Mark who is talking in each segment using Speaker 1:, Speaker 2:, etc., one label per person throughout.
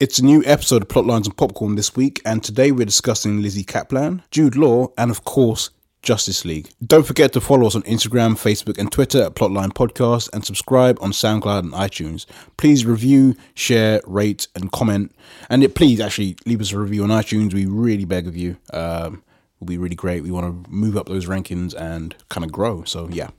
Speaker 1: It's a new episode of Plotlines and Popcorn this week, and today we're discussing Lizzie Kaplan, Jude Law, and of course, Justice League. Don't forget to follow us on Instagram, Facebook, and Twitter at Plotline Podcast and subscribe on SoundCloud and iTunes. Please review, share, rate, and comment. And it, please actually leave us a review on iTunes. We really beg of you. Um, it will be really great. We want to move up those rankings and kind of grow. So, yeah.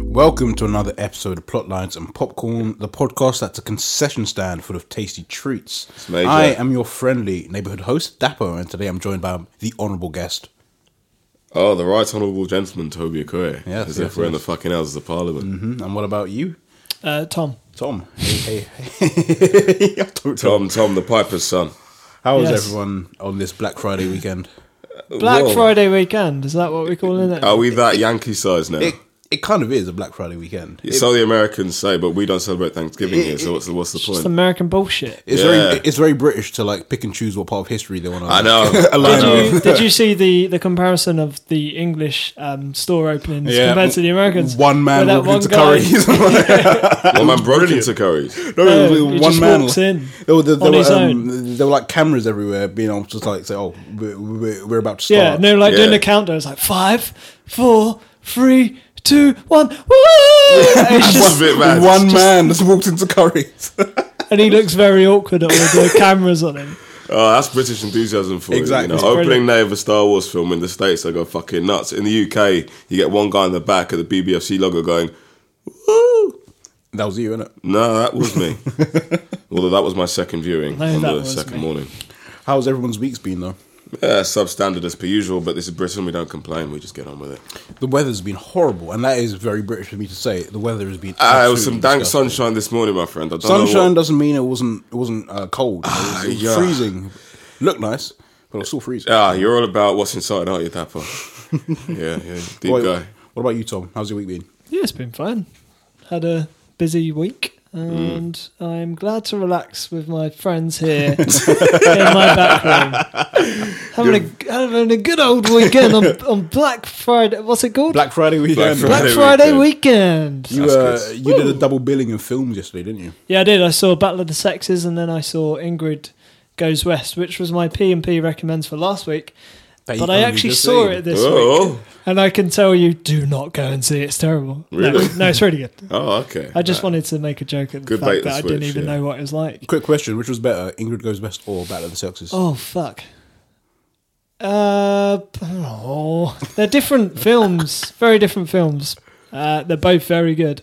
Speaker 1: Welcome to another episode of Plotlines and Popcorn, the podcast that's a concession stand full of tasty treats.
Speaker 2: major.
Speaker 1: I am your friendly neighborhood host, Dapper, and today I'm joined by the honorable guest.
Speaker 2: Oh, the right honourable gentleman Toby Okoye.
Speaker 1: Yes,
Speaker 2: As
Speaker 1: yes,
Speaker 2: if we're in the
Speaker 1: yes.
Speaker 2: fucking Houses of Parliament.
Speaker 1: Mhm, And what about you,
Speaker 3: Uh, Tom.
Speaker 1: Tom? Hey, hey, hey.
Speaker 2: Tom, Tom, the Piper's son.
Speaker 1: How is
Speaker 3: Yes.
Speaker 1: everyone on this Black Friday weekend?
Speaker 3: Black
Speaker 2: Whoa.
Speaker 3: Friday weekend, is that what we're calling it?
Speaker 2: Are we that Yankee size now?
Speaker 1: It it kind of is a Black Friday weekend.
Speaker 2: it's all the Americans say, but we don't celebrate Thanksgiving
Speaker 1: It-
Speaker 2: here, so what's the, what's the
Speaker 3: Just
Speaker 2: point?
Speaker 3: American bullshit.
Speaker 1: It's
Speaker 2: Yeah.
Speaker 1: very it's very British to like pick and choose what part of history they want to.
Speaker 2: I know.
Speaker 1: Align
Speaker 3: Did you,
Speaker 1: with.
Speaker 3: did you see the, the comparison of the English um, store openings
Speaker 1: Yeah.
Speaker 3: compared to the Americans?
Speaker 1: One man
Speaker 3: Where that
Speaker 1: walked
Speaker 3: one
Speaker 1: into
Speaker 3: guy-
Speaker 1: Curry's.
Speaker 2: One man broke into curries.
Speaker 1: no,
Speaker 3: No,
Speaker 1: it was
Speaker 3: Oh, he
Speaker 1: one
Speaker 3: just
Speaker 1: man.
Speaker 3: walks in
Speaker 1: There were, there,
Speaker 3: on
Speaker 1: were,
Speaker 3: his
Speaker 1: um, there were like cameras everywhere, being able to just like say, "Oh, we're, we're, we're about to
Speaker 3: Yeah,
Speaker 1: start."
Speaker 3: no, like doing
Speaker 2: Yeah.
Speaker 3: the countdown. It's like five, four, three, two, one. Woo! It's
Speaker 2: That's
Speaker 3: just-
Speaker 2: a bit mad.
Speaker 1: one man just walked into Curry's.
Speaker 3: and he looks very awkward at all the cameras on him.
Speaker 2: Oh, that's British enthusiasm for
Speaker 1: Exactly.
Speaker 2: you.
Speaker 1: It's
Speaker 2: You know? Opening
Speaker 3: brilliant.
Speaker 2: day of a Star Wars film in the States, they go fucking nuts. In the UK, you get one guy in the back of the BBFC logo going, woo!
Speaker 1: that was you, innit?
Speaker 2: No, that was me. Although that was my second viewing
Speaker 3: No,
Speaker 2: on
Speaker 3: that
Speaker 2: the
Speaker 3: was
Speaker 2: second
Speaker 3: me.
Speaker 2: morning.
Speaker 1: How's everyone's week's been though?
Speaker 2: Yeah, Uh, substandard as per usual, but this is Britain. We don't complain. We just get on with it.
Speaker 1: The weather's been horrible, and that is very British for me to say. The weather has been.
Speaker 2: Ah, it was some
Speaker 1: absolutely
Speaker 2: dank
Speaker 1: disgusting.
Speaker 2: sunshine this morning, my friend. I don't
Speaker 1: Sunshine
Speaker 2: Know what,
Speaker 1: doesn't mean it wasn't it wasn't uh, cold. It was, it was
Speaker 2: Ah, yeah.
Speaker 1: freezing. Looked nice, but it was still freezing.
Speaker 2: ah, you're all about what's inside, aren't you, Dapper? yeah, yeah, deep
Speaker 1: Wait,
Speaker 2: guy.
Speaker 1: What about you, Tom? How's your week been?
Speaker 3: Yeah, it's been fun. Had a busy week, and I'm glad to relax with my friends here in my back room. Having a, having a good old weekend on, on Black Friday. What's it called?
Speaker 1: Black Friday weekend.
Speaker 2: Black
Speaker 3: Black
Speaker 2: Friday
Speaker 3: Friday
Speaker 2: weekend.
Speaker 3: weekend.
Speaker 1: You,
Speaker 2: That's
Speaker 1: uh,
Speaker 2: good.
Speaker 1: you did a double billing in films yesterday, didn't you?
Speaker 3: Yeah, I did. I saw Battle of the Sexes, and then I saw Ingrid Goes West, which was my P and P recommends for last week.
Speaker 1: That
Speaker 3: But
Speaker 1: you-
Speaker 3: I
Speaker 1: you
Speaker 3: actually
Speaker 1: just
Speaker 3: saw
Speaker 1: said.
Speaker 3: it this week,
Speaker 2: Oh,
Speaker 3: and I can tell you, do not go and see it. It's terrible. No,
Speaker 2: Really?
Speaker 3: No, it's really good.
Speaker 2: oh, okay.
Speaker 3: I just wanted to make a joke at the
Speaker 2: Good bait and
Speaker 3: fact that I didn't
Speaker 2: switch,
Speaker 3: even
Speaker 2: yeah.
Speaker 3: know what it was like.
Speaker 1: Quick question: Which was better, Ingrid Goes West or Battle of the Sexes?
Speaker 3: Oh fuck. Uh, oh, they're different films. Very different films. Uh, they're both very good.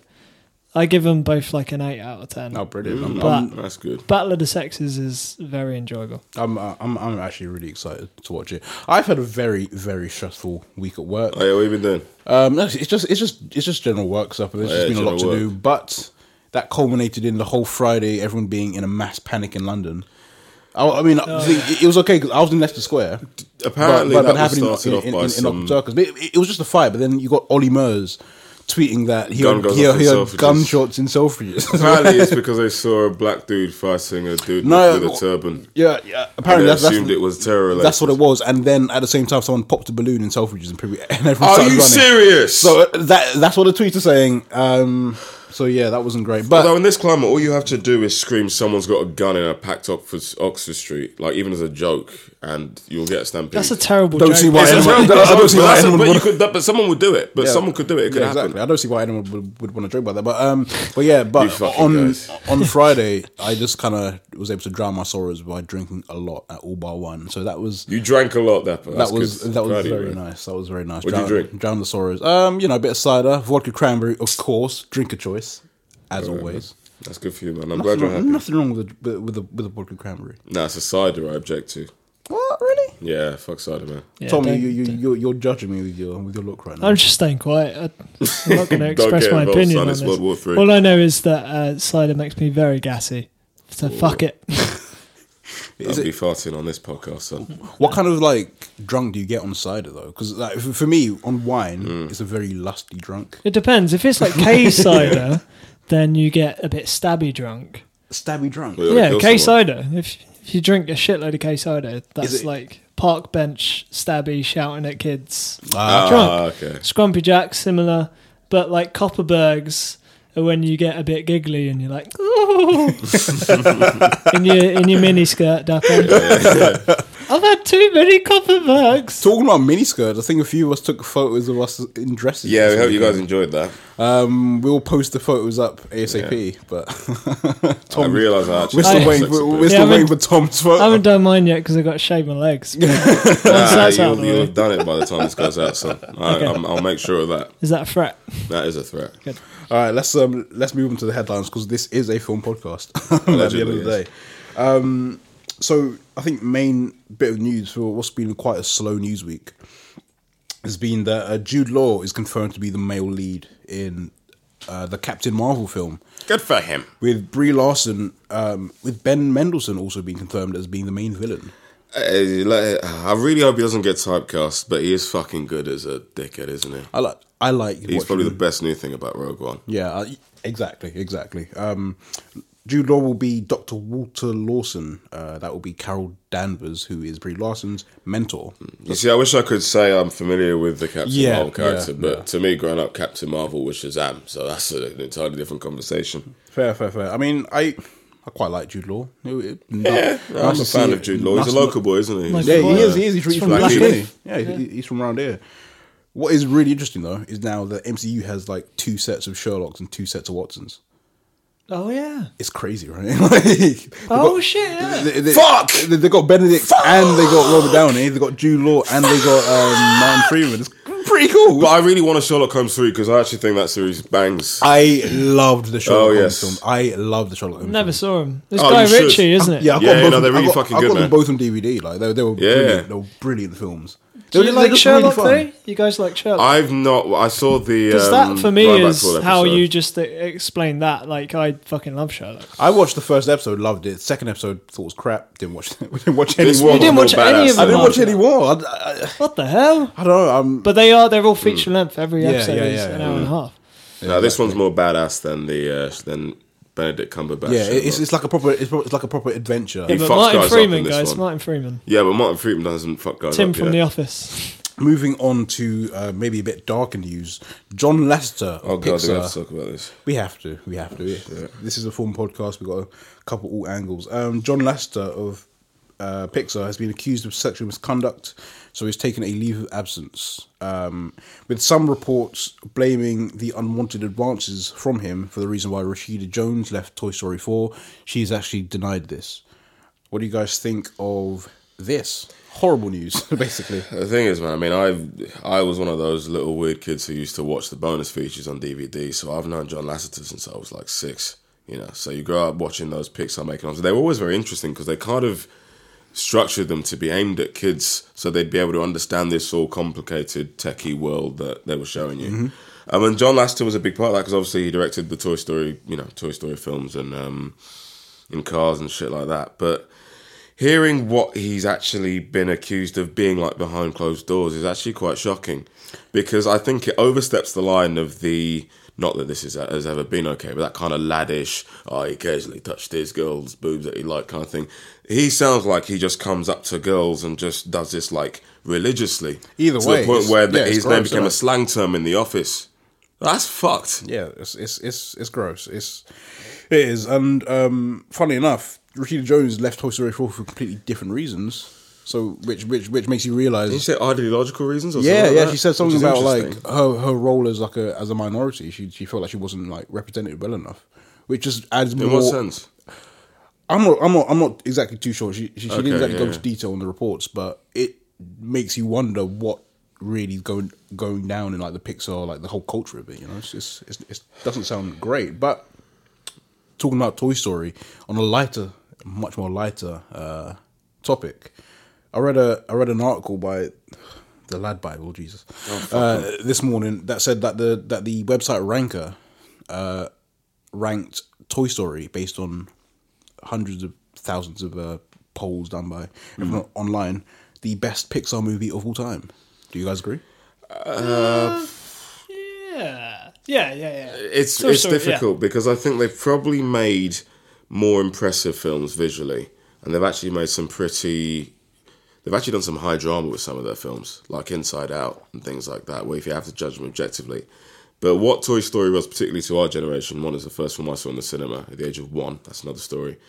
Speaker 3: I give them both like an eight out of ten.
Speaker 1: Oh, brilliant! I'm,
Speaker 3: But-
Speaker 1: I'm,
Speaker 2: Mm, that's good.
Speaker 3: Battle of the Sexes is very enjoyable.
Speaker 1: I'm, uh, I'm, I'm actually really excited to watch it. I've had a very, very stressful week at work.
Speaker 2: Oh, yeah, what have you been doing?
Speaker 1: Um, no, it's just it's just it's just general work stuff, and there's
Speaker 2: Yeah,
Speaker 1: just been a lot to
Speaker 2: general
Speaker 1: do. But that culminated in the whole Friday, everyone being in a mass panic in London. I, I mean, the- it was okay because I was in Leicester Square.
Speaker 2: Apparently,
Speaker 1: but, but, but
Speaker 2: that was
Speaker 1: happening
Speaker 2: started
Speaker 1: in,
Speaker 2: off
Speaker 1: in,
Speaker 2: by
Speaker 1: in, in
Speaker 2: some.
Speaker 1: Oxford Circus. But It, it was just a fight, but then you got Ollie Murs tweeting that he
Speaker 2: Gun
Speaker 1: had,
Speaker 2: goes
Speaker 1: he
Speaker 2: off
Speaker 1: had,
Speaker 2: in
Speaker 1: he had
Speaker 2: Selfridges.
Speaker 1: gunshots in Selfridges.
Speaker 2: Apparently, it's because they saw a black dude fighting a dude
Speaker 1: No,
Speaker 2: with, with
Speaker 1: well,
Speaker 2: a turban.
Speaker 1: yeah, yeah. Apparently,
Speaker 2: They
Speaker 1: that's, that's,
Speaker 2: assumed it was terror related.
Speaker 1: that's what it was. And then at the same time, someone popped a balloon in Selfridges, and, people, and everyone
Speaker 2: Are
Speaker 1: started
Speaker 2: you
Speaker 1: running.
Speaker 2: serious?
Speaker 1: So uh, that that's what the tweets are saying. Um, so yeah, that wasn't great. But
Speaker 2: Although in this climate, all you have to do is scream, "Someone's got a gun in a packed Oxford, Oxford Street!" Like even as a joke, and you'll get a stampede.
Speaker 3: That's a terrible
Speaker 1: Don't
Speaker 3: joke.
Speaker 1: see why
Speaker 2: It's a
Speaker 1: anyone-
Speaker 2: terrible-
Speaker 1: I don't see
Speaker 2: but
Speaker 1: why
Speaker 2: that's a-
Speaker 1: anyone
Speaker 2: but you
Speaker 1: would-
Speaker 2: could- But someone would do it. But
Speaker 1: Yeah.
Speaker 2: someone could do it. It could
Speaker 1: Yeah,
Speaker 2: happen.
Speaker 1: exactly. I don't see why anyone would, would want to joke about that. But um, but yeah, but
Speaker 2: fucking
Speaker 1: on
Speaker 2: guys.
Speaker 1: on Friday, I just kind of was able to drown my sorrows by drinking a lot at all bar one. So that was
Speaker 2: You drank a lot, Dapper.
Speaker 1: that was that was
Speaker 2: Proud of you,
Speaker 1: very
Speaker 2: man.
Speaker 1: nice. That was very nice.
Speaker 2: What'd you
Speaker 1: Drown-
Speaker 2: drink?
Speaker 1: Drown the sorrows. Um, you know, a bit of cider, vodka cranberry, of course. Drink of choice, as always.
Speaker 2: That's good for you, man. I'm
Speaker 1: Nothing
Speaker 2: glad you're
Speaker 1: wrong,
Speaker 2: happy.
Speaker 1: nothing wrong with the with the with the vodka cranberry.
Speaker 2: Nah, it's a cider I object to.
Speaker 1: What really?
Speaker 2: Yeah, fuck cider, man.
Speaker 3: Yeah,
Speaker 1: Tommy,
Speaker 3: don't-
Speaker 1: you you you're, you're judging me with your with your look right now.
Speaker 3: I'm just staying quiet. I, I'm not going to
Speaker 2: Don't
Speaker 3: express
Speaker 2: get
Speaker 3: my
Speaker 2: involved,
Speaker 3: opinion
Speaker 2: son.
Speaker 3: on
Speaker 2: It's
Speaker 3: this.
Speaker 2: World War Three.
Speaker 3: All I know is that uh, cider makes me very gassy. So fuck it.
Speaker 2: I'll be farting on this podcast, son.
Speaker 1: What kind of like drunk do you get on cider though? Because like, f- for me, on wine,
Speaker 2: Mm.
Speaker 1: it's a very lusty drunk.
Speaker 3: It depends. If it's like K cider, then you get a bit stabby drunk.
Speaker 1: stabby drunk.
Speaker 2: Well,
Speaker 3: Yeah,
Speaker 2: kill
Speaker 3: K
Speaker 2: someone.
Speaker 3: cider. If, if you drink a shitload of K cider, that's
Speaker 1: it-
Speaker 3: like park bench stabby shouting at kids.
Speaker 1: Ah.
Speaker 2: Ah,
Speaker 3: drunk.
Speaker 2: okay.
Speaker 3: Scrumpy Jack, similar, but like Copperbergs are when you get a bit giggly and you're like, "Ooh," in your in your mini skirt, Dapper. I've had too many Copperbergs.
Speaker 1: Talking about miniskirts, I think a few of us took photos of us in dresses.
Speaker 2: Yeah, we
Speaker 1: this
Speaker 2: hope you
Speaker 1: weekend.
Speaker 2: guys enjoyed that.
Speaker 1: Um, we'll post the photos up ASAP, but
Speaker 2: I realise I actually
Speaker 1: we're still
Speaker 2: have
Speaker 1: waiting.
Speaker 2: sex
Speaker 1: We're,
Speaker 2: appeal.
Speaker 1: we're
Speaker 3: Yeah,
Speaker 1: still
Speaker 3: I
Speaker 1: waiting for
Speaker 3: mean-
Speaker 1: Tom's
Speaker 3: I haven't
Speaker 1: photo.
Speaker 3: done mine yet because I got to shave my legs. Once
Speaker 2: Ah,
Speaker 3: that's out
Speaker 2: you'll,
Speaker 3: of the
Speaker 2: you'll
Speaker 3: way.
Speaker 2: have done it by the time this goes out, son. All right, I'm, I'll make sure of that.
Speaker 3: Is that a threat?
Speaker 2: That is a threat.
Speaker 1: All right, let's um, let's move on to the headlines because this is a film podcast. at the end of
Speaker 2: Allegedly,
Speaker 1: the day,
Speaker 2: yes.
Speaker 1: um, so I think main bit of news for what's been quite a slow news week has been that uh, Jude Law is confirmed to be the male lead in uh, the Captain Marvel film.
Speaker 2: Good for him.
Speaker 1: With Brie Larson, um, with Ben Mendelsohn also being confirmed as being the main villain.
Speaker 2: Hey, like, I really hope he doesn't get typecast, but he is fucking good as a dickhead, isn't he?
Speaker 1: I like. I like.
Speaker 2: He's
Speaker 1: watching-
Speaker 2: probably the best new thing about Rogue One.
Speaker 1: Yeah, uh, exactly, exactly. Um, Jude Law will be Dr. Walter Lawson. Uh, that will be Carol Danvers, who is Brie Larson's mentor.
Speaker 2: You see, I wish I could say I'm familiar with the Captain
Speaker 1: Yeah,
Speaker 2: Marvel character,
Speaker 1: yeah,
Speaker 2: but
Speaker 1: yeah.
Speaker 2: to me, growing up, Captain Marvel was Shazam, so that's a- an entirely different conversation.
Speaker 1: Fair, fair, fair. I mean, I I quite like Jude Law. It- it-
Speaker 2: Yeah,
Speaker 1: nice
Speaker 2: I'm
Speaker 1: to
Speaker 2: a
Speaker 1: see
Speaker 2: fan
Speaker 1: it.
Speaker 2: of Jude Law. He's
Speaker 1: Nice
Speaker 2: a
Speaker 1: to-
Speaker 2: local boy, isn't he?
Speaker 3: Like,
Speaker 1: Yeah, he
Speaker 3: Yeah.
Speaker 1: is. He is. He's, from- he's from
Speaker 2: Black
Speaker 1: Black
Speaker 2: Heath.
Speaker 1: Heath. Yeah, he's- he's from around here. What is really interesting though is now that MCU has like two sets of Sherlock's and two sets of Watsons.
Speaker 3: Oh yeah.
Speaker 1: It's crazy, right? like,
Speaker 3: Oh shit. Yeah.
Speaker 1: they, they,
Speaker 2: Fuck!
Speaker 1: They, they got Benedict and they got Robert Downey. They got Jude Law and they got um, Martin Freeman. It's pretty cool.
Speaker 2: But I really want a Sherlock Holmes 3 because I actually think that series bangs.
Speaker 1: I loved the Sherlock
Speaker 2: Oh,
Speaker 1: Holmes
Speaker 2: yes.
Speaker 1: film. I loved the Sherlock Holmes.
Speaker 3: Never
Speaker 1: film.
Speaker 3: saw him. It's
Speaker 2: Oh,
Speaker 3: Guy
Speaker 2: you should.
Speaker 3: Ritchie, isn't it?
Speaker 1: Yeah, I got
Speaker 2: Yeah,
Speaker 1: both. of
Speaker 2: yeah, no,
Speaker 1: them-
Speaker 2: they're really
Speaker 1: I got,
Speaker 2: fucking
Speaker 1: I got
Speaker 2: good,
Speaker 1: them
Speaker 2: man.
Speaker 1: both on DVD. Like they, they were
Speaker 2: Yeah.
Speaker 1: brilliant. They were brilliant films.
Speaker 3: Do
Speaker 1: They
Speaker 3: you
Speaker 1: were- they
Speaker 3: like
Speaker 1: were
Speaker 3: Sherlock
Speaker 1: really fun.
Speaker 3: though? You guys like Sherlock?
Speaker 2: I've not. I saw the.
Speaker 3: Because
Speaker 2: um,
Speaker 3: that for me
Speaker 2: Right Back
Speaker 3: is
Speaker 2: to All
Speaker 3: how
Speaker 2: episode.
Speaker 3: you just uh, explain that. Like I fucking love Sherlock.
Speaker 1: I watched the first episode, loved it. Second episode, thought it was crap. Didn't watch. Didn't watch any
Speaker 2: This
Speaker 1: more.
Speaker 2: one
Speaker 3: didn't
Speaker 2: was
Speaker 3: watch
Speaker 2: more badass
Speaker 3: any of
Speaker 1: I
Speaker 2: than
Speaker 3: them
Speaker 1: didn't
Speaker 2: that.
Speaker 1: watch any more. I, I,
Speaker 3: What the hell?
Speaker 1: I don't know. I'm,
Speaker 3: But they are
Speaker 2: Hmm.
Speaker 3: they're all feature length. Every
Speaker 1: Yeah,
Speaker 3: episode
Speaker 1: yeah,
Speaker 3: is
Speaker 1: yeah,
Speaker 3: an
Speaker 1: yeah.
Speaker 3: hour and a half.
Speaker 2: No, this one's more badass than the uh, than Benedict Cumberbatch. uh,
Speaker 1: yeah, it- it's,
Speaker 2: Sherlock.
Speaker 1: it's like a proper. It's, pro- it's like a proper adventure.
Speaker 2: He
Speaker 3: But
Speaker 2: fucks
Speaker 3: Martin
Speaker 2: guys up
Speaker 3: Freeman,
Speaker 2: in this
Speaker 3: guys,
Speaker 2: one.
Speaker 3: Martin Freeman.
Speaker 2: yeah, but Martin Freeman doesn't fuck guys
Speaker 3: Tim
Speaker 2: up
Speaker 3: from
Speaker 2: yet.
Speaker 3: The Office.
Speaker 1: Moving on to uh, maybe a bit darker news. John Lester.
Speaker 2: Oh
Speaker 1: Of
Speaker 2: god, we
Speaker 1: Pixar,
Speaker 2: have to talk about this.
Speaker 1: We have to. We have to. This is a film podcast. We've got a couple all angles. Um, John Lester of uh, Pixar has been accused of sexual misconduct, so he's taken a leave of absence. Um, with some reports blaming the unwanted advances from him for the reason why Rashida Jones left Toy Story 4, she has actually denied this. What do you guys think of this? Horrible news, basically.
Speaker 2: The thing is, man, I mean, I I was one of those little weird kids who used to watch the bonus features on DVD. So I've known John Lasseter since I was like six. You know, so you grow up watching those Pixar making offs. They were always very interesting because they kind of structured them to be aimed at kids, so they'd be able to understand this all complicated techie world that they were showing you. Um, and John Lasseter was a big part of that because obviously he directed the Toy Story, you know, Toy Story films and um, and Cars and shit like that. But hearing what he's actually been accused of being like behind closed doors is actually quite shocking because I think it oversteps the line of the not that this is uh, has ever been okay, but that kind of laddish, oh, he occasionally touched his girls' boobs that he liked kind of thing. He sounds like he just comes up to girls and just does this like religiously.
Speaker 1: Either
Speaker 2: to
Speaker 1: way,
Speaker 2: the point
Speaker 1: it's-
Speaker 2: where
Speaker 1: yeah,
Speaker 2: the,
Speaker 1: it's
Speaker 2: his
Speaker 1: gross,
Speaker 2: name became
Speaker 1: isn't
Speaker 2: a
Speaker 1: it?
Speaker 2: slang term in the office. That's fucked.
Speaker 1: yeah, it's it's it's, it's gross. It's it is, and um, funny enough, Rashida Jones left Toy Story four for completely different reasons. So, which which which makes you
Speaker 2: Did you
Speaker 1: realize.
Speaker 2: say ideological reasons? Or
Speaker 1: Yeah,
Speaker 2: something like
Speaker 1: yeah.
Speaker 2: that?
Speaker 1: She said something
Speaker 2: Which is
Speaker 1: about like
Speaker 2: interesting.
Speaker 1: her her role as like a as a minority. She she felt like she wasn't like represented well enough, which just adds
Speaker 2: in
Speaker 1: more.
Speaker 2: what sense?
Speaker 1: I'm not I'm not I'm not exactly too sure. She she, she
Speaker 2: Okay,
Speaker 1: didn't exactly go
Speaker 2: yeah.
Speaker 1: into detail on the reports, but it makes you wonder what really is going going down in like the Pixar, like the whole culture of it. You know, it's it's, it's it doesn't sound great. But talking about Toy Story on a lighter, much more lighter uh, topic, I read a I read an article by the Lad Bible, Jesus,
Speaker 2: Oh,
Speaker 1: uh, this morning that said that the that the website Ranker uh, ranked Toy Story based on hundreds of thousands of uh, polls done by everyone online the best Pixar movie of all time. Do you guys agree?
Speaker 3: Yeah. Yeah, yeah, yeah.
Speaker 2: it's
Speaker 3: Toy
Speaker 2: it's
Speaker 3: Story, yeah.
Speaker 2: difficult because I think they've probably made more impressive films visually, and they've actually made some pretty. They've actually done some high drama with some of their films, like Inside Out and things like that, where if you have to judge them objectively. But what Toy Story was, particularly to our generation, one is the first film I saw in the cinema at the age of one. That's another story.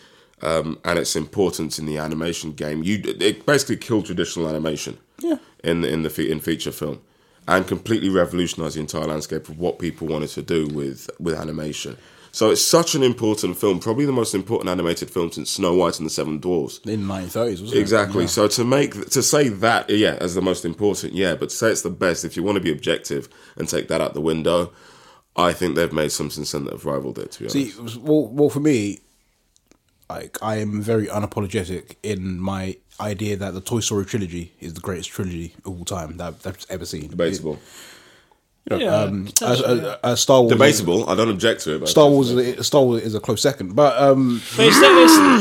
Speaker 2: Um, and its importance in the animation game, you it basically killed traditional animation
Speaker 1: Yeah.
Speaker 2: in the, in the fe- in feature film, and completely revolutionised the entire landscape of what people wanted to do with with animation. So it's such an important film, probably the most important animated film since Snow White and the Seven Dwarfs.
Speaker 1: In the 1930s, wasn't it?
Speaker 2: Exactly.
Speaker 1: Yeah.
Speaker 2: So to make to say that, yeah, as the most important, yeah, but to say it's the best, if you want to be objective and take that out the window, I think they've made some sense that have rivaled it. To be
Speaker 1: See,
Speaker 2: honest,
Speaker 1: it was- well, well, for me, like I am very unapologetic in my idea that the Toy Story trilogy is the greatest trilogy of all time that that's ever seen.
Speaker 2: debatable,
Speaker 1: You know,
Speaker 3: Yeah,
Speaker 1: um, as,
Speaker 3: potentially,
Speaker 1: as, as Star Wars,
Speaker 2: debatable. I don't object to it. But
Speaker 1: Star Wars, is- Star Wars is a close second, but um,
Speaker 3: But it's,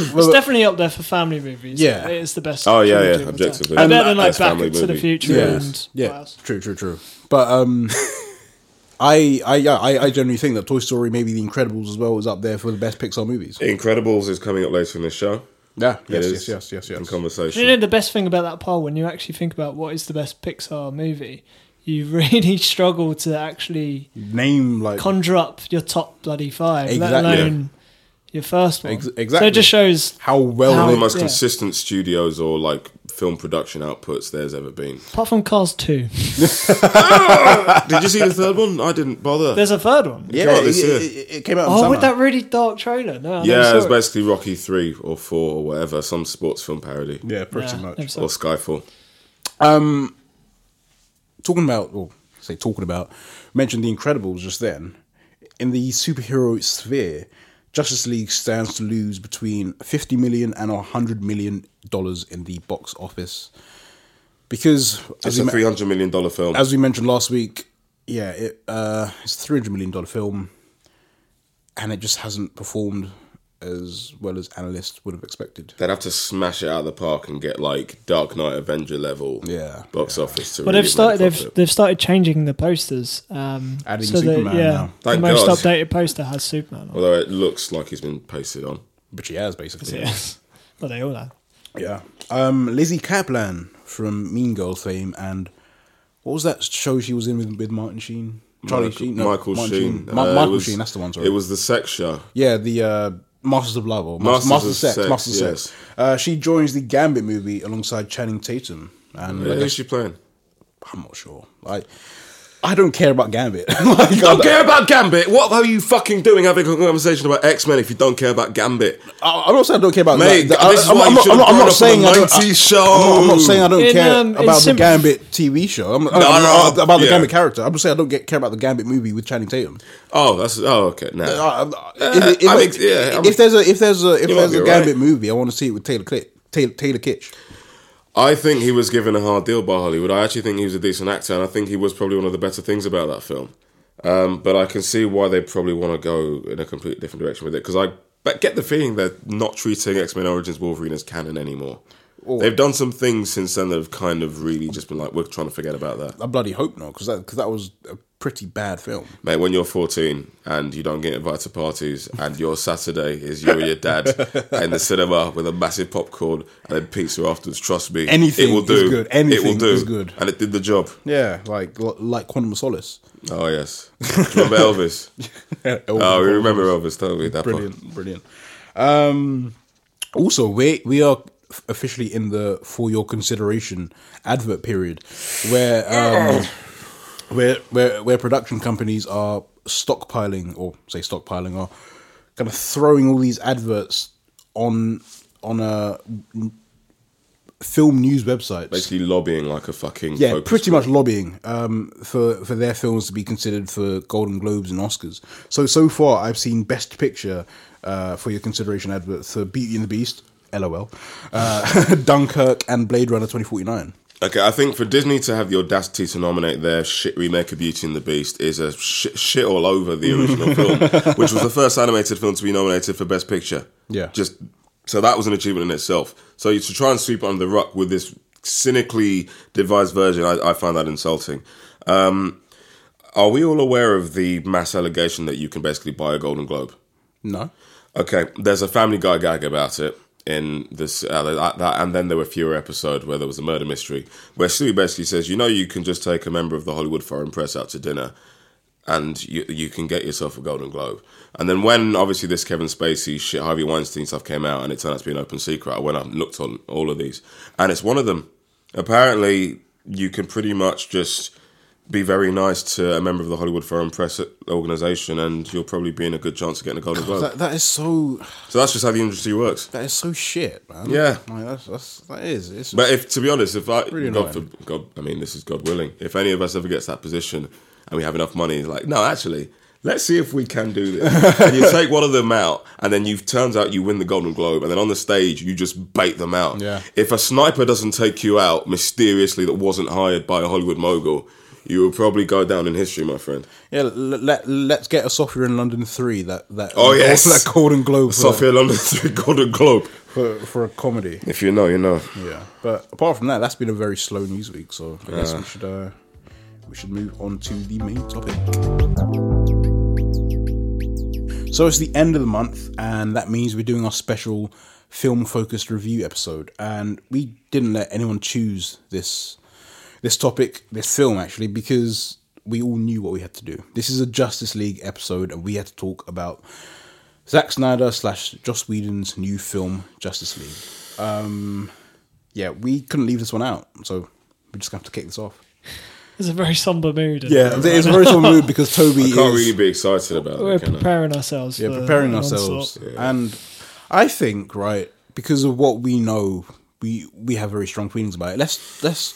Speaker 3: it's, it's definitely up there for family movies.
Speaker 1: Yeah.
Speaker 3: it's the best.
Speaker 2: Oh yeah,
Speaker 3: trilogy of
Speaker 2: yeah,
Speaker 3: all
Speaker 2: objectively.
Speaker 3: time. Better than like
Speaker 2: Best
Speaker 3: Back
Speaker 2: family
Speaker 3: to the
Speaker 2: movie.
Speaker 3: Future
Speaker 1: Yeah.
Speaker 3: and
Speaker 1: Yeah,
Speaker 3: what else?
Speaker 1: true, true, true. But um, I, I, yeah, I, I generally think that Toy Story, maybe The Incredibles as well, is up there for the best Pixar movies.
Speaker 2: Incredibles is coming up later in the show.
Speaker 1: Yeah,
Speaker 2: It
Speaker 1: yes, yes,
Speaker 2: is
Speaker 1: yes, yes, yes.
Speaker 2: In
Speaker 3: You
Speaker 2: conversation.
Speaker 3: know the best thing about that poll, when you actually think about what is the best Pixar movie, you really struggle to actually
Speaker 1: Mm. Name like
Speaker 3: conjure up your top bloody five, let
Speaker 1: Exactly.
Speaker 3: alone your first one.
Speaker 1: Ex-
Speaker 3: So
Speaker 1: exactly.
Speaker 3: it just shows
Speaker 1: how well
Speaker 2: One
Speaker 3: How-
Speaker 2: of
Speaker 1: they-
Speaker 2: the most
Speaker 3: Yeah.
Speaker 2: consistent studios or like film production outputs there's ever been.
Speaker 3: apart from Cars two,
Speaker 2: Did you see the third one? I didn't bother.
Speaker 3: there's a third one.
Speaker 1: Yeah,
Speaker 2: came out
Speaker 1: it,
Speaker 2: this year.
Speaker 1: it, it- it came out. in
Speaker 3: Oh,
Speaker 1: summer.
Speaker 3: with that really dark trailer. No, I never
Speaker 2: yeah,
Speaker 3: saw
Speaker 2: it's
Speaker 3: it.
Speaker 2: basically Rocky three or four or whatever, some sports film parody
Speaker 1: Yeah, pretty
Speaker 3: Yeah,
Speaker 1: much.
Speaker 3: never saw
Speaker 2: or Skyfall.
Speaker 1: Um, talking about, or say talking about, mentioned the Incredibles just then. In the superhero sphere, Justice League stands to lose between fifty million and hundred million dollars in the box office because,
Speaker 2: It's
Speaker 1: as, we
Speaker 2: a
Speaker 1: me-
Speaker 2: three hundred million dollar film.
Speaker 1: as we mentioned last week, yeah, it, uh, it's a three hundred million dollar film, and it just hasn't performed as well as analysts would have expected.
Speaker 2: They'd have to smash it out of the park and get like Dark Knight Avenger level
Speaker 1: Yeah,
Speaker 2: box office to.
Speaker 3: Well,
Speaker 2: really
Speaker 3: they've started.
Speaker 2: make
Speaker 3: They've,
Speaker 2: profit.
Speaker 3: they've started changing the posters. Um,
Speaker 1: Adding
Speaker 3: so that-
Speaker 1: Superman
Speaker 3: yeah,
Speaker 1: now.
Speaker 2: Thank
Speaker 3: the most
Speaker 2: God.
Speaker 3: updated poster has Superman. on it.
Speaker 2: Although it looks like he's been pasted on.
Speaker 1: But she has basically.
Speaker 3: Yes. Well, they all have.
Speaker 1: Yeah. Um, Lizzie Kaplan from Mean Girls fame and what was that show she was in with, with Martin Sheen? Charlie
Speaker 2: Michael,
Speaker 1: Sheen?
Speaker 2: Michael
Speaker 1: Martin
Speaker 2: Sheen.
Speaker 1: Ma-
Speaker 2: Uh, it
Speaker 1: Michael
Speaker 2: was-
Speaker 1: Sheen, that's the one, sorry.
Speaker 2: It was the sex show.
Speaker 1: yeah, the uh, Masters of Love or Masters,
Speaker 2: Masters
Speaker 1: Masters of
Speaker 2: of
Speaker 1: Sex.
Speaker 2: Sex,
Speaker 1: Masters of Sex.
Speaker 2: yes.
Speaker 1: Uh, she joins the Gambit movie alongside Channing Tatum. And I
Speaker 2: Who's
Speaker 1: guess,
Speaker 2: she playing?
Speaker 1: I'm not sure. I, I don't care about Gambit. Like, I
Speaker 2: Don't care about Gambit. What are you fucking doing having a conversation about X Men if you don't care about Gambit?
Speaker 1: I- I'm not saying I don't care about
Speaker 2: Mate,
Speaker 1: that.
Speaker 2: this is
Speaker 1: I, am
Speaker 2: why you
Speaker 1: not,
Speaker 2: should
Speaker 1: I'm
Speaker 2: have
Speaker 1: not, I'm
Speaker 2: grown
Speaker 1: not
Speaker 2: up
Speaker 1: saying
Speaker 2: on
Speaker 1: I
Speaker 2: the
Speaker 1: don't. I,
Speaker 2: 90s show.
Speaker 1: I'm, not, I'm not saying I don't
Speaker 3: In,
Speaker 1: care
Speaker 3: um, in
Speaker 1: about the
Speaker 3: Sim-
Speaker 1: Gambit TV show. I'm, I'm,
Speaker 2: Oh. no,
Speaker 1: I'm- about the
Speaker 2: yeah.
Speaker 1: Gambit character. I'm just saying I don't get, care about the Gambit movie with Channing Tatum.
Speaker 2: Oh, that's oh okay. Nah.
Speaker 1: Uh, if, if,
Speaker 2: I'm ex- yeah, I'm-
Speaker 1: if there's a if there's a if
Speaker 2: You might
Speaker 1: there's a
Speaker 2: be
Speaker 1: Gambit
Speaker 2: right.
Speaker 1: movie, I want to see it with Taylor Clip. Taylor, Taylor Kitsch.
Speaker 2: I think he was given a hard deal by Hollywood. I actually think he was a decent actor, and I think he was probably one of the better things about that film. Um, but I can see why they probably want to go in a completely different direction with it because I but get the feeling they're not treating X Men Origins Wolverine as canon anymore. They've done some things since then that have kind of really just been like, we're trying to forget about that.
Speaker 1: I bloody hope not, because that because that was a pretty bad film.
Speaker 2: Mate, when you're 14 and you don't get invited to parties, and your Saturday is you and your dad in the cinema with a massive popcorn and then pizza afterwards, trust me,
Speaker 1: Anything
Speaker 2: it will
Speaker 1: is
Speaker 2: do.
Speaker 1: good.
Speaker 2: it will
Speaker 1: Anything
Speaker 2: do.
Speaker 1: is good.
Speaker 2: And it did the job.
Speaker 1: Yeah, like like Quantum of Solace.
Speaker 2: Oh yes, Do you remember Elvis? Oh, we remember Elvis, don't we? That Part.
Speaker 1: brilliant, brilliant. Um, also, we we are officially in the for your consideration advert period, where um, where where where production companies are stockpiling or say stockpiling or kind of throwing all these adverts on on a film news websites
Speaker 2: Basically, lobbying like a fucking
Speaker 1: yeah,
Speaker 2: focus
Speaker 1: pretty
Speaker 2: group.
Speaker 1: much lobbying um, for for their films to be considered for Golden Globes and Oscars. So so far, I've seen Best Picture uh, for your consideration adverts for Beauty and the Beast, LOL, uh, Dunkirk, and Blade Runner twenty forty nine.
Speaker 2: Okay, I think for Disney to have the audacity to nominate their shit remake of Beauty and the Beast is a sh- shit all over the original film, which was the first animated film to be nominated for Best Picture.
Speaker 1: Yeah.
Speaker 2: Just so that was an achievement in itself. So you- to try and sweep it under the rug with this cynically devised version, I, I find that insulting. Um, are we all aware of the mass allegation that you can basically buy a Golden Globe?
Speaker 1: No,
Speaker 2: Okay, there's a Family Guy gag about it in this, uh, that, that- and then there were fewer episodes where there was a murder mystery where Stewie basically says, you know, you can just take a member of the Hollywood Foreign Press out to dinner, and you you can get yourself a Golden Globe. And then when obviously this Kevin Spacey shit, Harvey Weinstein stuff came out, and it turned out to be an open secret, I went up and looked on all of these, and it's one of them. Apparently, you can pretty much just be very nice to a member of the Hollywood Foreign Press organization, and you'll probably be in a good chance of getting a Golden Globe.
Speaker 1: That, that is so
Speaker 2: So that's just how the industry works.
Speaker 1: that is so shit, man.
Speaker 2: Yeah.
Speaker 1: like, that's, that's that is. It's
Speaker 2: But if, to be honest, if I,
Speaker 1: Really
Speaker 2: God,
Speaker 1: annoying.
Speaker 2: for- God, I mean, this is God willing. If any of us ever gets that position and we have enough money, it's like, no, actually, let's see if we can do this. and you take one of them out, and then you turns out you win the Golden Globe, and then on the stage you just bait them out.
Speaker 1: Yeah.
Speaker 2: If a sniper doesn't take you out mysteriously that wasn't hired by a Hollywood mogul, you will probably go down in history, my friend.
Speaker 1: yeah, let, let us get a Sophia in London three. That that
Speaker 2: Oh, yes.
Speaker 1: that Golden Globe for,
Speaker 2: Sophia London three Golden Globe.
Speaker 1: for for a comedy.
Speaker 2: If you know, you know.
Speaker 1: Yeah, but apart from that, that's been a very slow news week. So I guess we should uh, we should move on to the main topic. So it's the end of the month, and that means we're doing our special film-focused review episode. And we didn't let anyone choose this this topic, this film actually, because we all knew what we had to do. This is a Justice League episode, and we had to talk about Zack Snyder slash Joss Whedon's new film, Justice League yeah, we couldn't leave this one out, so we just have to kick this off.
Speaker 3: It's a very somber mood. isn't
Speaker 1: Yeah,
Speaker 3: it?
Speaker 1: it's a very sore mood because Toby is
Speaker 2: Can't really be excited about
Speaker 3: We're
Speaker 2: it, can I?
Speaker 3: preparing ourselves.
Speaker 1: yeah,
Speaker 3: for
Speaker 1: preparing
Speaker 3: an
Speaker 1: ourselves,
Speaker 3: onslaught.
Speaker 1: and I think right because of what we know, we we have very strong feelings about it. Let's let's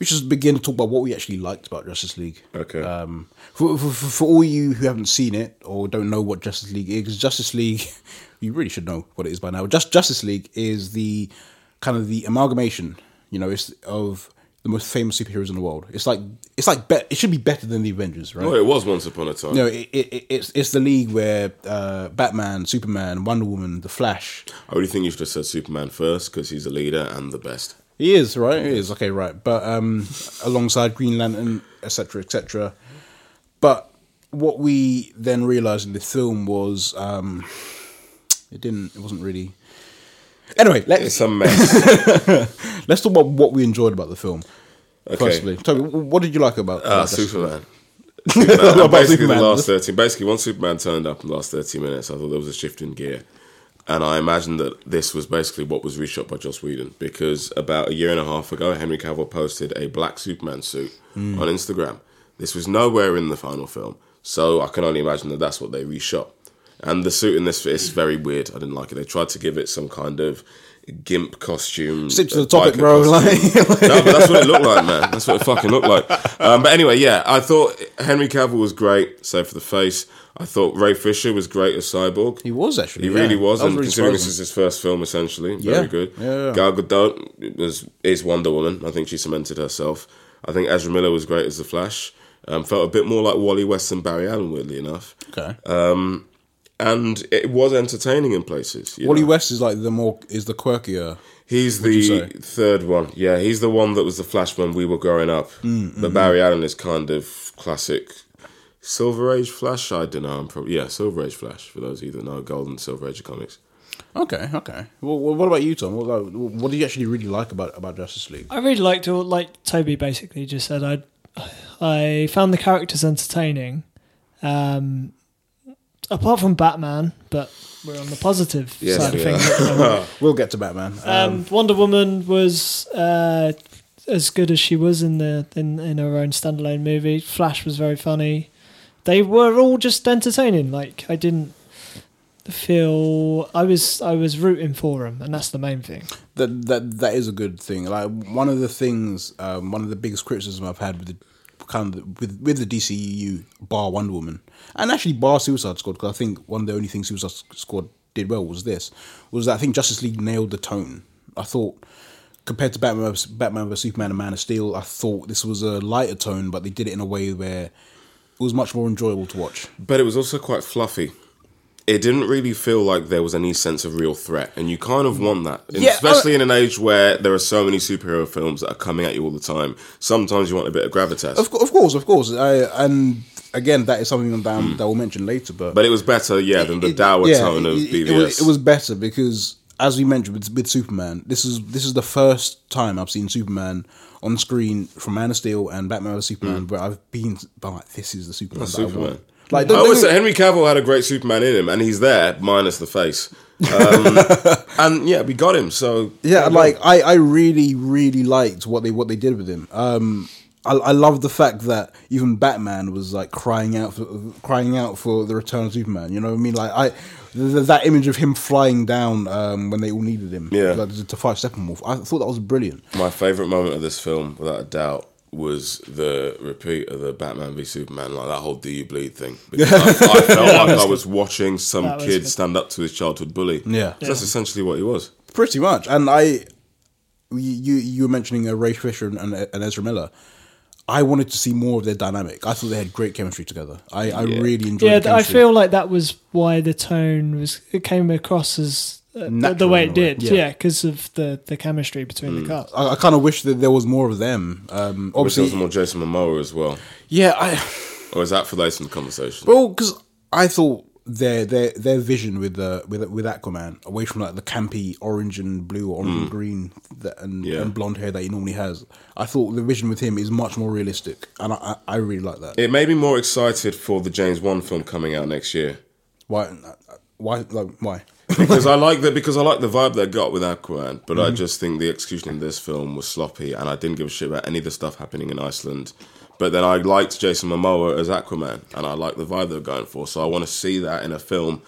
Speaker 1: we should just begin to talk about what we actually liked about Justice League.
Speaker 2: Okay.
Speaker 1: Um, for, for, for for all you who haven't seen it or don't know what Justice League is, 'cause Justice League, you really should know what it is by now. Just Justice League is the kind of the amalgamation, you know, it's of the most famous superheroes in the world. It's like it's like bet it should be better than the Avengers, right?
Speaker 2: well, it was once upon a time.
Speaker 1: No, it, it, it- it's it's the league where uh, Batman, Superman, Wonder Woman, The Flash.
Speaker 2: I really think you should have said Superman first because he's the leader and the best.
Speaker 1: He is right. He is okay, right. But um, alongside Green Lantern, etc., etc. But what we then realized in the film was um, it didn't. It wasn't really. Anyway,
Speaker 2: It's
Speaker 1: let's
Speaker 2: a mess.
Speaker 1: let's talk about what we enjoyed about the film.
Speaker 2: Okay.
Speaker 1: Firstly, Toby, what did you like about,
Speaker 2: Ah,
Speaker 1: about Justice
Speaker 2: Superman. Superman.
Speaker 1: About
Speaker 2: And basically,
Speaker 1: Superman.
Speaker 2: the last thirteen. Basically, once Superman turned up in the last thirty minutes, I thought there was a shift in gear, and I imagined that this was basically what was reshot by Joss Whedon because about a year and a half ago, Henry Cavill posted a black Superman suit
Speaker 1: Hmm.
Speaker 2: on Instagram. This was nowhere in the final film, so I can only imagine that that's what they reshot. And the suit in this is very weird. I didn't like it. They tried to give it some kind of gimp costume.
Speaker 1: Stick to the
Speaker 2: uh,
Speaker 1: topic,
Speaker 2: biker
Speaker 1: bro,
Speaker 2: costume.
Speaker 1: like-
Speaker 2: no, but that's what it looked like, man. That's what it fucking looked like. Um, but anyway, yeah, I thought Henry Cavill was great, save for the face. I thought Ray Fisher was great as Cyborg.
Speaker 1: He was actually.
Speaker 2: He
Speaker 1: yeah.
Speaker 2: really was,
Speaker 1: I
Speaker 2: and
Speaker 1: really
Speaker 2: considering this
Speaker 1: surprised.
Speaker 2: is his first film, essentially,
Speaker 1: Yeah.
Speaker 2: very good.
Speaker 1: Yeah, yeah.
Speaker 2: Gal Gadot was is Wonder Woman. I think she cemented herself. I think Ezra Miller was great as the Flash. Um, felt a bit more like Wally West and Barry Allen, weirdly enough,
Speaker 1: okay.
Speaker 2: uh, and it was entertaining in places. you
Speaker 1: Wally
Speaker 2: know.
Speaker 1: West is like the more is the quirkier.
Speaker 2: He's
Speaker 1: you
Speaker 2: the
Speaker 1: say?
Speaker 2: third one. Yeah, he's the one that was the Flash when we were growing up.
Speaker 1: Mm, mm-hmm.
Speaker 2: But Barry Allen is kind of classic Silver Age Flash. I don't know. I'm probably yeah, Silver Age Flash for those of you that know Golden Silver Age of comics.
Speaker 1: Okay, okay. Well, well, what about you, Tom? What, what do you actually really like about about Justice League?
Speaker 3: I really liked all. Like Toby basically just said, I I found the characters entertaining. Um, apart from Batman, but we're on the positive
Speaker 2: Yes,
Speaker 3: side of
Speaker 2: we
Speaker 3: things. at the moment.
Speaker 1: We'll get to Batman. Um,
Speaker 3: Um, Wonder Woman was uh, as good as she was in the in, in her own standalone movie. Flash was very funny. They were all just entertaining. Like I didn't feel I was I was rooting for them, and that's the main thing.
Speaker 1: that that that is a good thing. Like one of the things, um, one of the biggest criticism I've had with the kind of with with the DCU bar Wonder Woman, and actually bar Suicide Squad, because I think one of the only things Suicide Squad did well was this was that I think Justice League nailed the tone. I thought compared to Batman vs- Batman vs Superman and Man of Steel, I thought this was a lighter tone, but they did it in a way where it was much more enjoyable to watch.
Speaker 2: But it was also quite fluffy. it didn't really feel like there was any sense of real threat, and you kind of want that, And
Speaker 1: oh,
Speaker 3: Yeah,
Speaker 2: especially in an age where there are so many superhero films that are coming at you all the time. Sometimes you want a bit of gravitas,
Speaker 1: Of, cou- of course, of course. I, and again, that is something that, I'm- that we'll mention later. But,
Speaker 2: but it was better, yeah, than the dour tone of
Speaker 1: it-
Speaker 2: BVS.
Speaker 1: It, was, it was better because, as we mentioned with, with Superman, this is this is the first time I've seen Superman on screen from Man of Steel and Batman vs Superman where I've been but like, this is the Superman that I
Speaker 2: Hmm. Superman.
Speaker 1: want. Like,
Speaker 2: I
Speaker 1: don't-
Speaker 2: always
Speaker 1: don't-
Speaker 2: say Henry Cavill had a great Superman in him, and he's there minus the face. Um, and yeah, we got him. So
Speaker 1: yeah, like I, I really, really liked what they what they did with him. Um, I, I love the fact that even Batman was like crying out for crying out for the return of Superman. You know what I mean? Like I, th- th- that image of him flying down um, when they all needed him,
Speaker 2: Yeah.
Speaker 1: like, to fight Steppenwolf. I thought that was brilliant.
Speaker 2: My favorite moment of this film, without a doubt, was the repeat of the Batman v Superman, like that whole "Do you bleed?" thing. Because I, I felt like I was watching some
Speaker 3: That was
Speaker 2: kid
Speaker 3: good.
Speaker 2: stand up to his childhood bully.
Speaker 1: Yeah.
Speaker 2: So that's essentially what he was.
Speaker 1: Pretty much, and I, you you were mentioning uh, Ray Fisher and, and, and Ezra Miller. I wanted to see more of their dynamic. I thought they had great chemistry together. I, I really enjoyed.
Speaker 3: Yeah,
Speaker 1: the
Speaker 3: th- I
Speaker 1: chemistry.
Speaker 3: feel like that was why the tone was it came across as uh, the- the
Speaker 1: Natural
Speaker 3: way
Speaker 1: in
Speaker 3: it
Speaker 1: a way,
Speaker 3: did.
Speaker 1: yeah. Mm.
Speaker 3: Yeah, because of the the chemistry between the cast.
Speaker 1: I, I kind of wish that there was more of them. Um,
Speaker 2: Wish there
Speaker 1: obviously,
Speaker 2: was more Jason Momoa as well.
Speaker 1: yeah. I,
Speaker 2: Or is that for later in the conversation?
Speaker 1: well, because I thought their their their vision with the with with Aquaman away from like the campy orange and blue or orange and green that, and,
Speaker 2: Mm. Yeah.
Speaker 1: and blonde hair that he normally has. I thought the vision with him is much more realistic, and I I, I really like that.
Speaker 2: It made me more excited for the James Wan film coming out next year.
Speaker 1: Why why like why?
Speaker 2: because I like that because I like the vibe they got with Aquaman, but
Speaker 1: Mm.
Speaker 2: I just think the execution in this film was sloppy, and I didn't give a shit about any of the stuff happening in Iceland. But then I liked Jason Momoa as Aquaman, and I like the vibe they're going for. So I want to see that in a film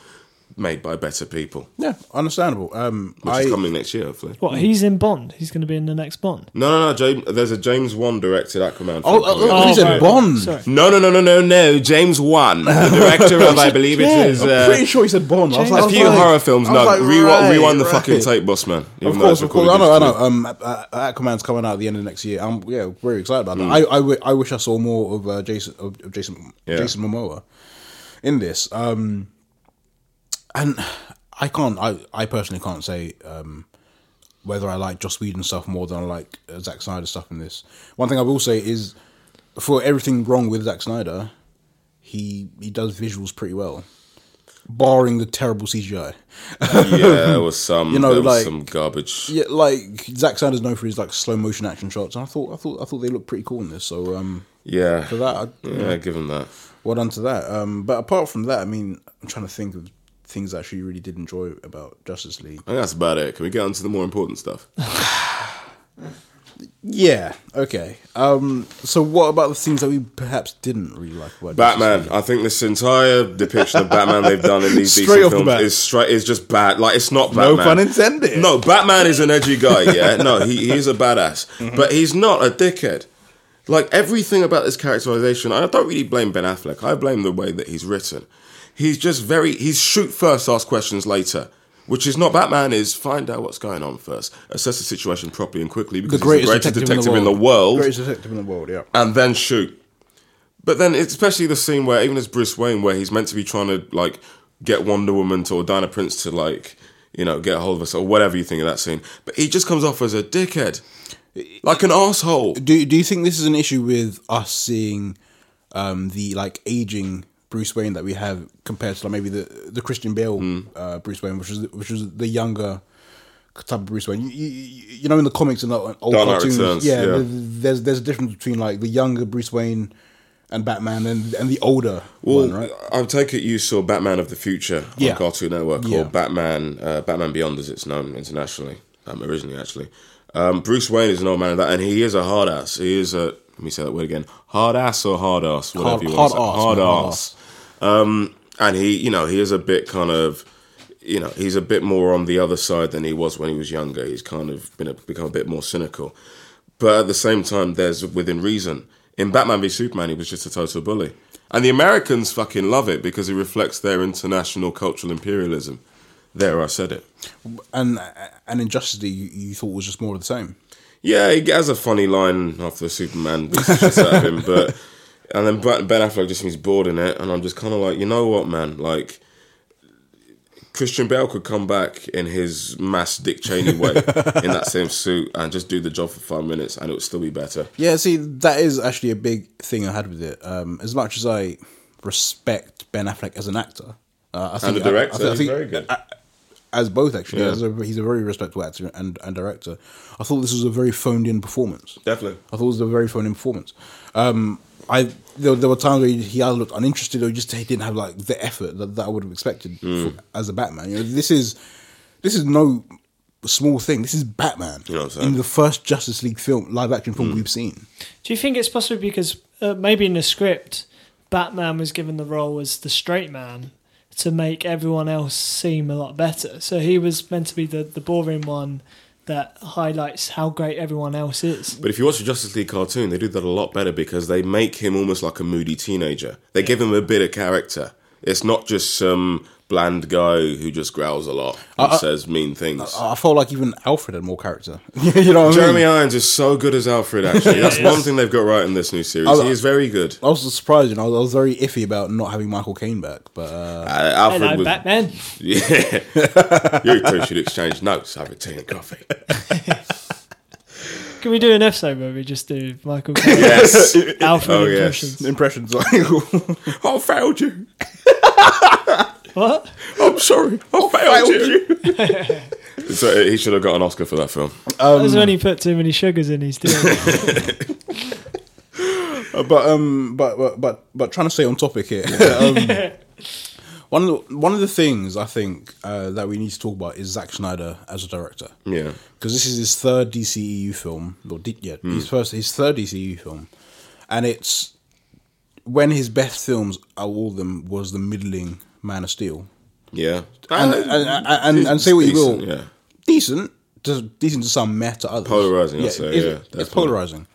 Speaker 2: made by better people,
Speaker 1: Yeah, understandable. Um,
Speaker 2: which
Speaker 1: I
Speaker 2: is coming next year, hopefully.
Speaker 3: What he's in Bond. He's going to be in the next Bond.
Speaker 2: No, no, no. James, there's a James Wan directed Aquaman. Film
Speaker 1: Oh, oh,
Speaker 2: coming out.
Speaker 1: oh. He's in Bond.
Speaker 3: Sorry.
Speaker 2: No, no, no, no, no, no. James Wan, the director of, I believe it is.
Speaker 1: I'm
Speaker 2: Uh,
Speaker 1: pretty sure he said Bond. I was like, I
Speaker 2: a
Speaker 1: was
Speaker 2: few
Speaker 1: like-
Speaker 2: horror films.
Speaker 1: I was
Speaker 2: No,
Speaker 1: like,
Speaker 2: rewind,
Speaker 1: right,
Speaker 2: rewind the
Speaker 1: right.
Speaker 2: fucking tape, boss man.
Speaker 1: Of
Speaker 2: even though it's
Speaker 1: course, of course. I
Speaker 2: recorded
Speaker 1: know, I
Speaker 2: digitally.
Speaker 1: know. Um, uh, uh, Aquaman's coming out at the end of next year. I'm yeah, very excited about
Speaker 2: Hmm.
Speaker 1: that. I, I, wi- I wish I saw more of uh, Jason of, of Jason
Speaker 2: Yeah.
Speaker 1: Jason Momoa in this. Um, and I can't. I, I personally can't say um, whether I like Joss Whedon stuff more than I like uh, Zack Snyder stuff in this. One thing I will say is, for everything wrong with Zack Snyder, he he does visuals pretty well, barring the terrible CGI.
Speaker 2: yeah, there was some,
Speaker 1: You know,
Speaker 2: there was
Speaker 1: like-
Speaker 2: some garbage.
Speaker 1: Yeah, like Zack Snyder's known for his like slow motion action shots, and I thought I thought I thought they looked pretty cool in this. So um,
Speaker 2: Yeah,
Speaker 1: for that, I,
Speaker 2: yeah, give him that.
Speaker 1: well done to that. Um, but apart from that, I mean, I'm trying to think of things I actually really did enjoy about Justice League.
Speaker 2: I think that's about it. Can we get on to the more important stuff?
Speaker 1: Yeah, okay. Um, so what about the things that we perhaps didn't really like about
Speaker 2: Batman. I think this entire depiction of Batman they've done in these
Speaker 1: Straight
Speaker 2: DC
Speaker 1: off the
Speaker 2: films
Speaker 1: bat.
Speaker 2: is straight is just bad. Like it's not
Speaker 1: No
Speaker 2: Batman.
Speaker 1: pun intended.
Speaker 2: No, Batman is an edgy guy. Yeah, no, he he's a badass,
Speaker 1: Mm-hmm.
Speaker 2: but he's not a dickhead. Like everything about this characterization, I don't really blame Ben Affleck. I blame the way that he's written. He's just very he's shoot first, ask questions later. Which is not Batman is find out what's going on first, assess the situation properly and quickly because he's the greatest detective, in the world
Speaker 1: Greatest detective in the world. Yeah.
Speaker 2: and then shoot. But then, it's especially the scene where even as Bruce Wayne, where he's meant to be trying to like get Wonder Woman to, or Diana Prince to like, you know, get a hold of us or whatever you think of that scene, but he just comes off as a dickhead, like an asshole.
Speaker 1: Do Do you think this is an issue with us seeing um, the like aging Bruce Wayne that we have compared to like, maybe the the Christian Bale
Speaker 2: Hmm.
Speaker 1: uh, Bruce Wayne, which is which is the younger type of Bruce Wayne? You, you, you you know, in the comics and the old
Speaker 2: Dark Knight
Speaker 1: cartoons,
Speaker 2: Returns,
Speaker 1: yeah,
Speaker 2: yeah.
Speaker 1: there- there's there's a difference between like the younger Bruce Wayne and Batman and and the older
Speaker 2: Well,
Speaker 1: one, right?
Speaker 2: I take it you saw Batman of the Future
Speaker 1: Yeah.
Speaker 2: on Cartoon Network,
Speaker 1: Yeah.
Speaker 2: or Batman, uh, Batman Beyond, as it's known internationally, um, originally actually. Um, Bruce Wayne is an old man of that, and he is a hard ass. He is a let me say that word again: hard ass or hard ass, whatever
Speaker 1: Hard-
Speaker 2: you want to say.
Speaker 1: hard ass,
Speaker 2: hard
Speaker 1: man, hard
Speaker 2: ass. Um, and he, you know, he is a bit kind of. You know, he's a bit more on the other side than he was when he was younger. He's kind of been a, become a bit more cynical, but at the same time, there's within reason. In Batman v Superman, he was just a total bully. And the Americans fucking love it because it reflects their international cultural imperialism. There, I said it.
Speaker 1: And and in Justice League, you, you thought was just more of the same.
Speaker 2: Yeah, he has a funny line after Superman beats the shit out of him, but and then Ben Ben Affleck just seems bored in it, and I'm just kind of like, you know what, man, like Christian Bale could come back in his mass Dick Cheney way in that same suit and just do the job for five minutes and it would still be better.
Speaker 1: Yeah, see, that is actually a big thing I had with it. Um, as much as I respect Ben Affleck as an actor, uh, I think
Speaker 2: And the director,
Speaker 1: I, I
Speaker 2: he's
Speaker 1: think, I
Speaker 2: very
Speaker 1: think
Speaker 2: good.
Speaker 1: as both actually,
Speaker 2: Yeah.
Speaker 1: as a, he's a very respectable actor and, and director. I thought this was a very phoned-in performance.
Speaker 2: Definitely.
Speaker 1: I thought it was a very phoned-in performance. Um, I there, there were times where he, he either looked uninterested or he just he didn't have like the effort that, that I would have expected
Speaker 2: Hmm.
Speaker 1: for, as a Batman. You know, this is this is no small thing. This is Batman
Speaker 2: You know what I'm saying? Hmm.
Speaker 1: in the first Justice League film, live action film we've seen.
Speaker 3: Do you think it's possible because uh, maybe in the script, Batman was given the role as the straight man to make everyone else seem a lot better? So he was meant to be the, the boring one that highlights how great everyone else is.
Speaker 2: But if you watch the Justice League cartoon, they do that a lot better because they make him almost like a moody teenager. They give him a bit of character. It's not just some bland guy who just growls a lot and says mean things.
Speaker 1: I I felt like even Alfred had more character. you know what I
Speaker 2: Jeremy
Speaker 1: mean?
Speaker 2: Irons is so good as Alfred, actually. That's one thing they've got right in this new series.
Speaker 1: Oh,
Speaker 2: he is very good.
Speaker 1: I was surprised, and I was, I was very iffy about not having Michael Caine back. But uh,
Speaker 2: Uh, Alfred
Speaker 3: Hello,
Speaker 2: was.
Speaker 3: Batman.
Speaker 2: Yeah. you two should exchange notes, have a tea and coffee.
Speaker 3: Can we do an episode where we just do Michael Caine,
Speaker 2: Yes.
Speaker 3: Alfred
Speaker 2: Oh, yes.
Speaker 3: impressions?
Speaker 1: impressions,
Speaker 2: I failed you.
Speaker 3: What?
Speaker 2: I'm sorry.
Speaker 1: Oh,
Speaker 2: I failed you. so uh, he should have got an Oscar for that film.
Speaker 3: that was when he put too many sugars in his deal.
Speaker 1: but um, but but but but trying to stay on topic here. um, one of the, one of the things I think uh, that we need to talk about is Zack Snyder as a director.
Speaker 2: Yeah.
Speaker 1: because this is his third DCEU film, or D- yeah,
Speaker 2: Hmm.
Speaker 1: his first, his third DCEU film, and it's when his best films, uh, all of them, was the middling Man of Steel,
Speaker 2: Yeah.
Speaker 1: and
Speaker 2: Uh,
Speaker 1: and and, and, and
Speaker 2: it's
Speaker 1: say what you
Speaker 2: decent,
Speaker 1: will,
Speaker 2: yeah.
Speaker 1: decent, to, decent to some, meh to others.
Speaker 2: Polarising, I'd say,
Speaker 1: it's,
Speaker 2: yeah,
Speaker 1: it's
Speaker 2: definitely.
Speaker 1: polarizing.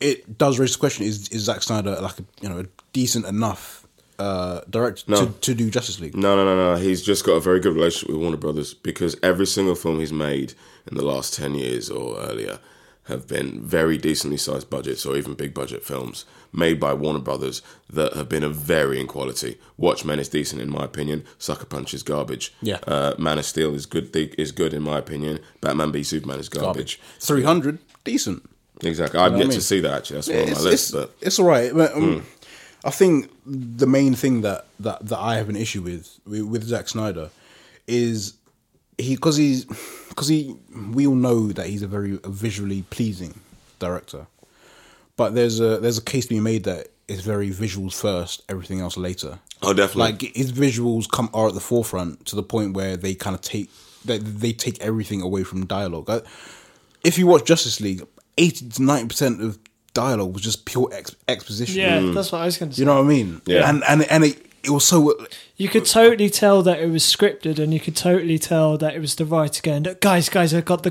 Speaker 1: It does raise the question: Is is Zack Snyder like a, you know a decent enough uh, director
Speaker 2: No.
Speaker 1: to, to do Justice League?
Speaker 2: No, no, no, no. He's just got a very good relationship with Warner Brothers because every single film he's made in the last 10 years or earlier have been very decently sized budgets or even big budget films made by Warner Brothers that have been of varying quality. Watchmen is decent in my opinion. Sucker Punch is garbage.
Speaker 1: Yeah.
Speaker 2: Uh, Man of Steel is good is good in my opinion. Batman v Superman is garbage.
Speaker 1: Three hundred, decent.
Speaker 2: Exactly. I've
Speaker 1: what I
Speaker 2: yet
Speaker 1: mean?
Speaker 2: to see that actually. That's one on my
Speaker 1: it's,
Speaker 2: list.
Speaker 1: it's,
Speaker 2: But Hmm.
Speaker 1: it's all right. But, um, I think the main thing that, that, that I have an issue with with, with Zack Snyder is he because he's because he we all know that he's a very visually pleasing director, but there's a there's a case to be made that it's very visuals first, everything else later.
Speaker 2: oh, definitely.
Speaker 1: Like his visuals come are at the forefront to the point where they kind of take they, they take everything away from dialogue. I, if you watch Justice League, eighty to ninety percent of dialogue was just pure ex, exposition.
Speaker 3: Yeah,
Speaker 2: Mm.
Speaker 3: that's what I was going to say.
Speaker 1: you know what I mean.
Speaker 2: Yeah.
Speaker 1: and and and it, it was so
Speaker 3: You could totally tell that it was scripted, and you could totally tell that it was the writer going, "Guys, guys, I got the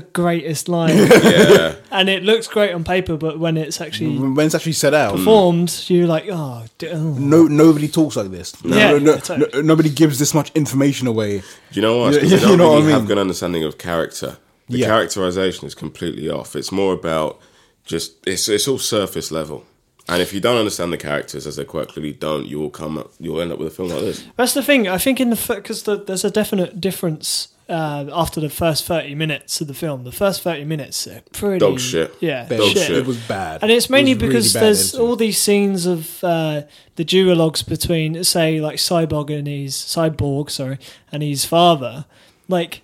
Speaker 3: greatest line,"
Speaker 2: yeah.
Speaker 3: and it looks great on paper, but when it's actually
Speaker 1: when it's actually set
Speaker 2: Mm.
Speaker 1: out.
Speaker 3: formed, you're like, "Oh, d- oh."
Speaker 1: No, nobody talks like this. No,
Speaker 3: Yeah,
Speaker 1: no, no-
Speaker 3: totally.
Speaker 1: no- nobody gives this much information away.
Speaker 2: Do you know what?
Speaker 1: Yeah,
Speaker 2: Because
Speaker 1: yeah,
Speaker 2: they don't
Speaker 1: you know
Speaker 2: really
Speaker 1: what I
Speaker 2: have
Speaker 1: mean.
Speaker 2: good understanding of character. The
Speaker 1: Yeah.
Speaker 2: characterization is completely off. It's more about just it's it's all surface level. And if you don't understand the characters as they quite clearly don't, you will come up, you'll end up with a film like this.
Speaker 3: That's the thing. I think in the because the, there's a definite difference uh, after the first thirty minutes of the film. The first thirty minutes are pretty
Speaker 2: Dog shit.
Speaker 3: Yeah,
Speaker 2: Dog
Speaker 3: shit.
Speaker 2: shit.
Speaker 1: It was bad,
Speaker 3: And it's mainly
Speaker 1: It was really
Speaker 3: because
Speaker 1: bad
Speaker 3: there's
Speaker 1: editing.
Speaker 3: all these scenes of uh, the duologues between, say, like Cyborg and his cyborg, sorry, and his father. Like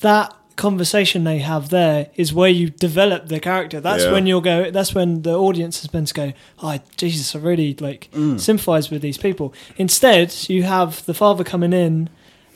Speaker 3: that conversation they have there is where you develop the character. That's
Speaker 2: Yeah.
Speaker 3: when you'll go. That's when the audience is meant to go. Oh, Jesus, I really like
Speaker 1: Mm.
Speaker 3: sympathize with these people. Instead, you have the father coming in.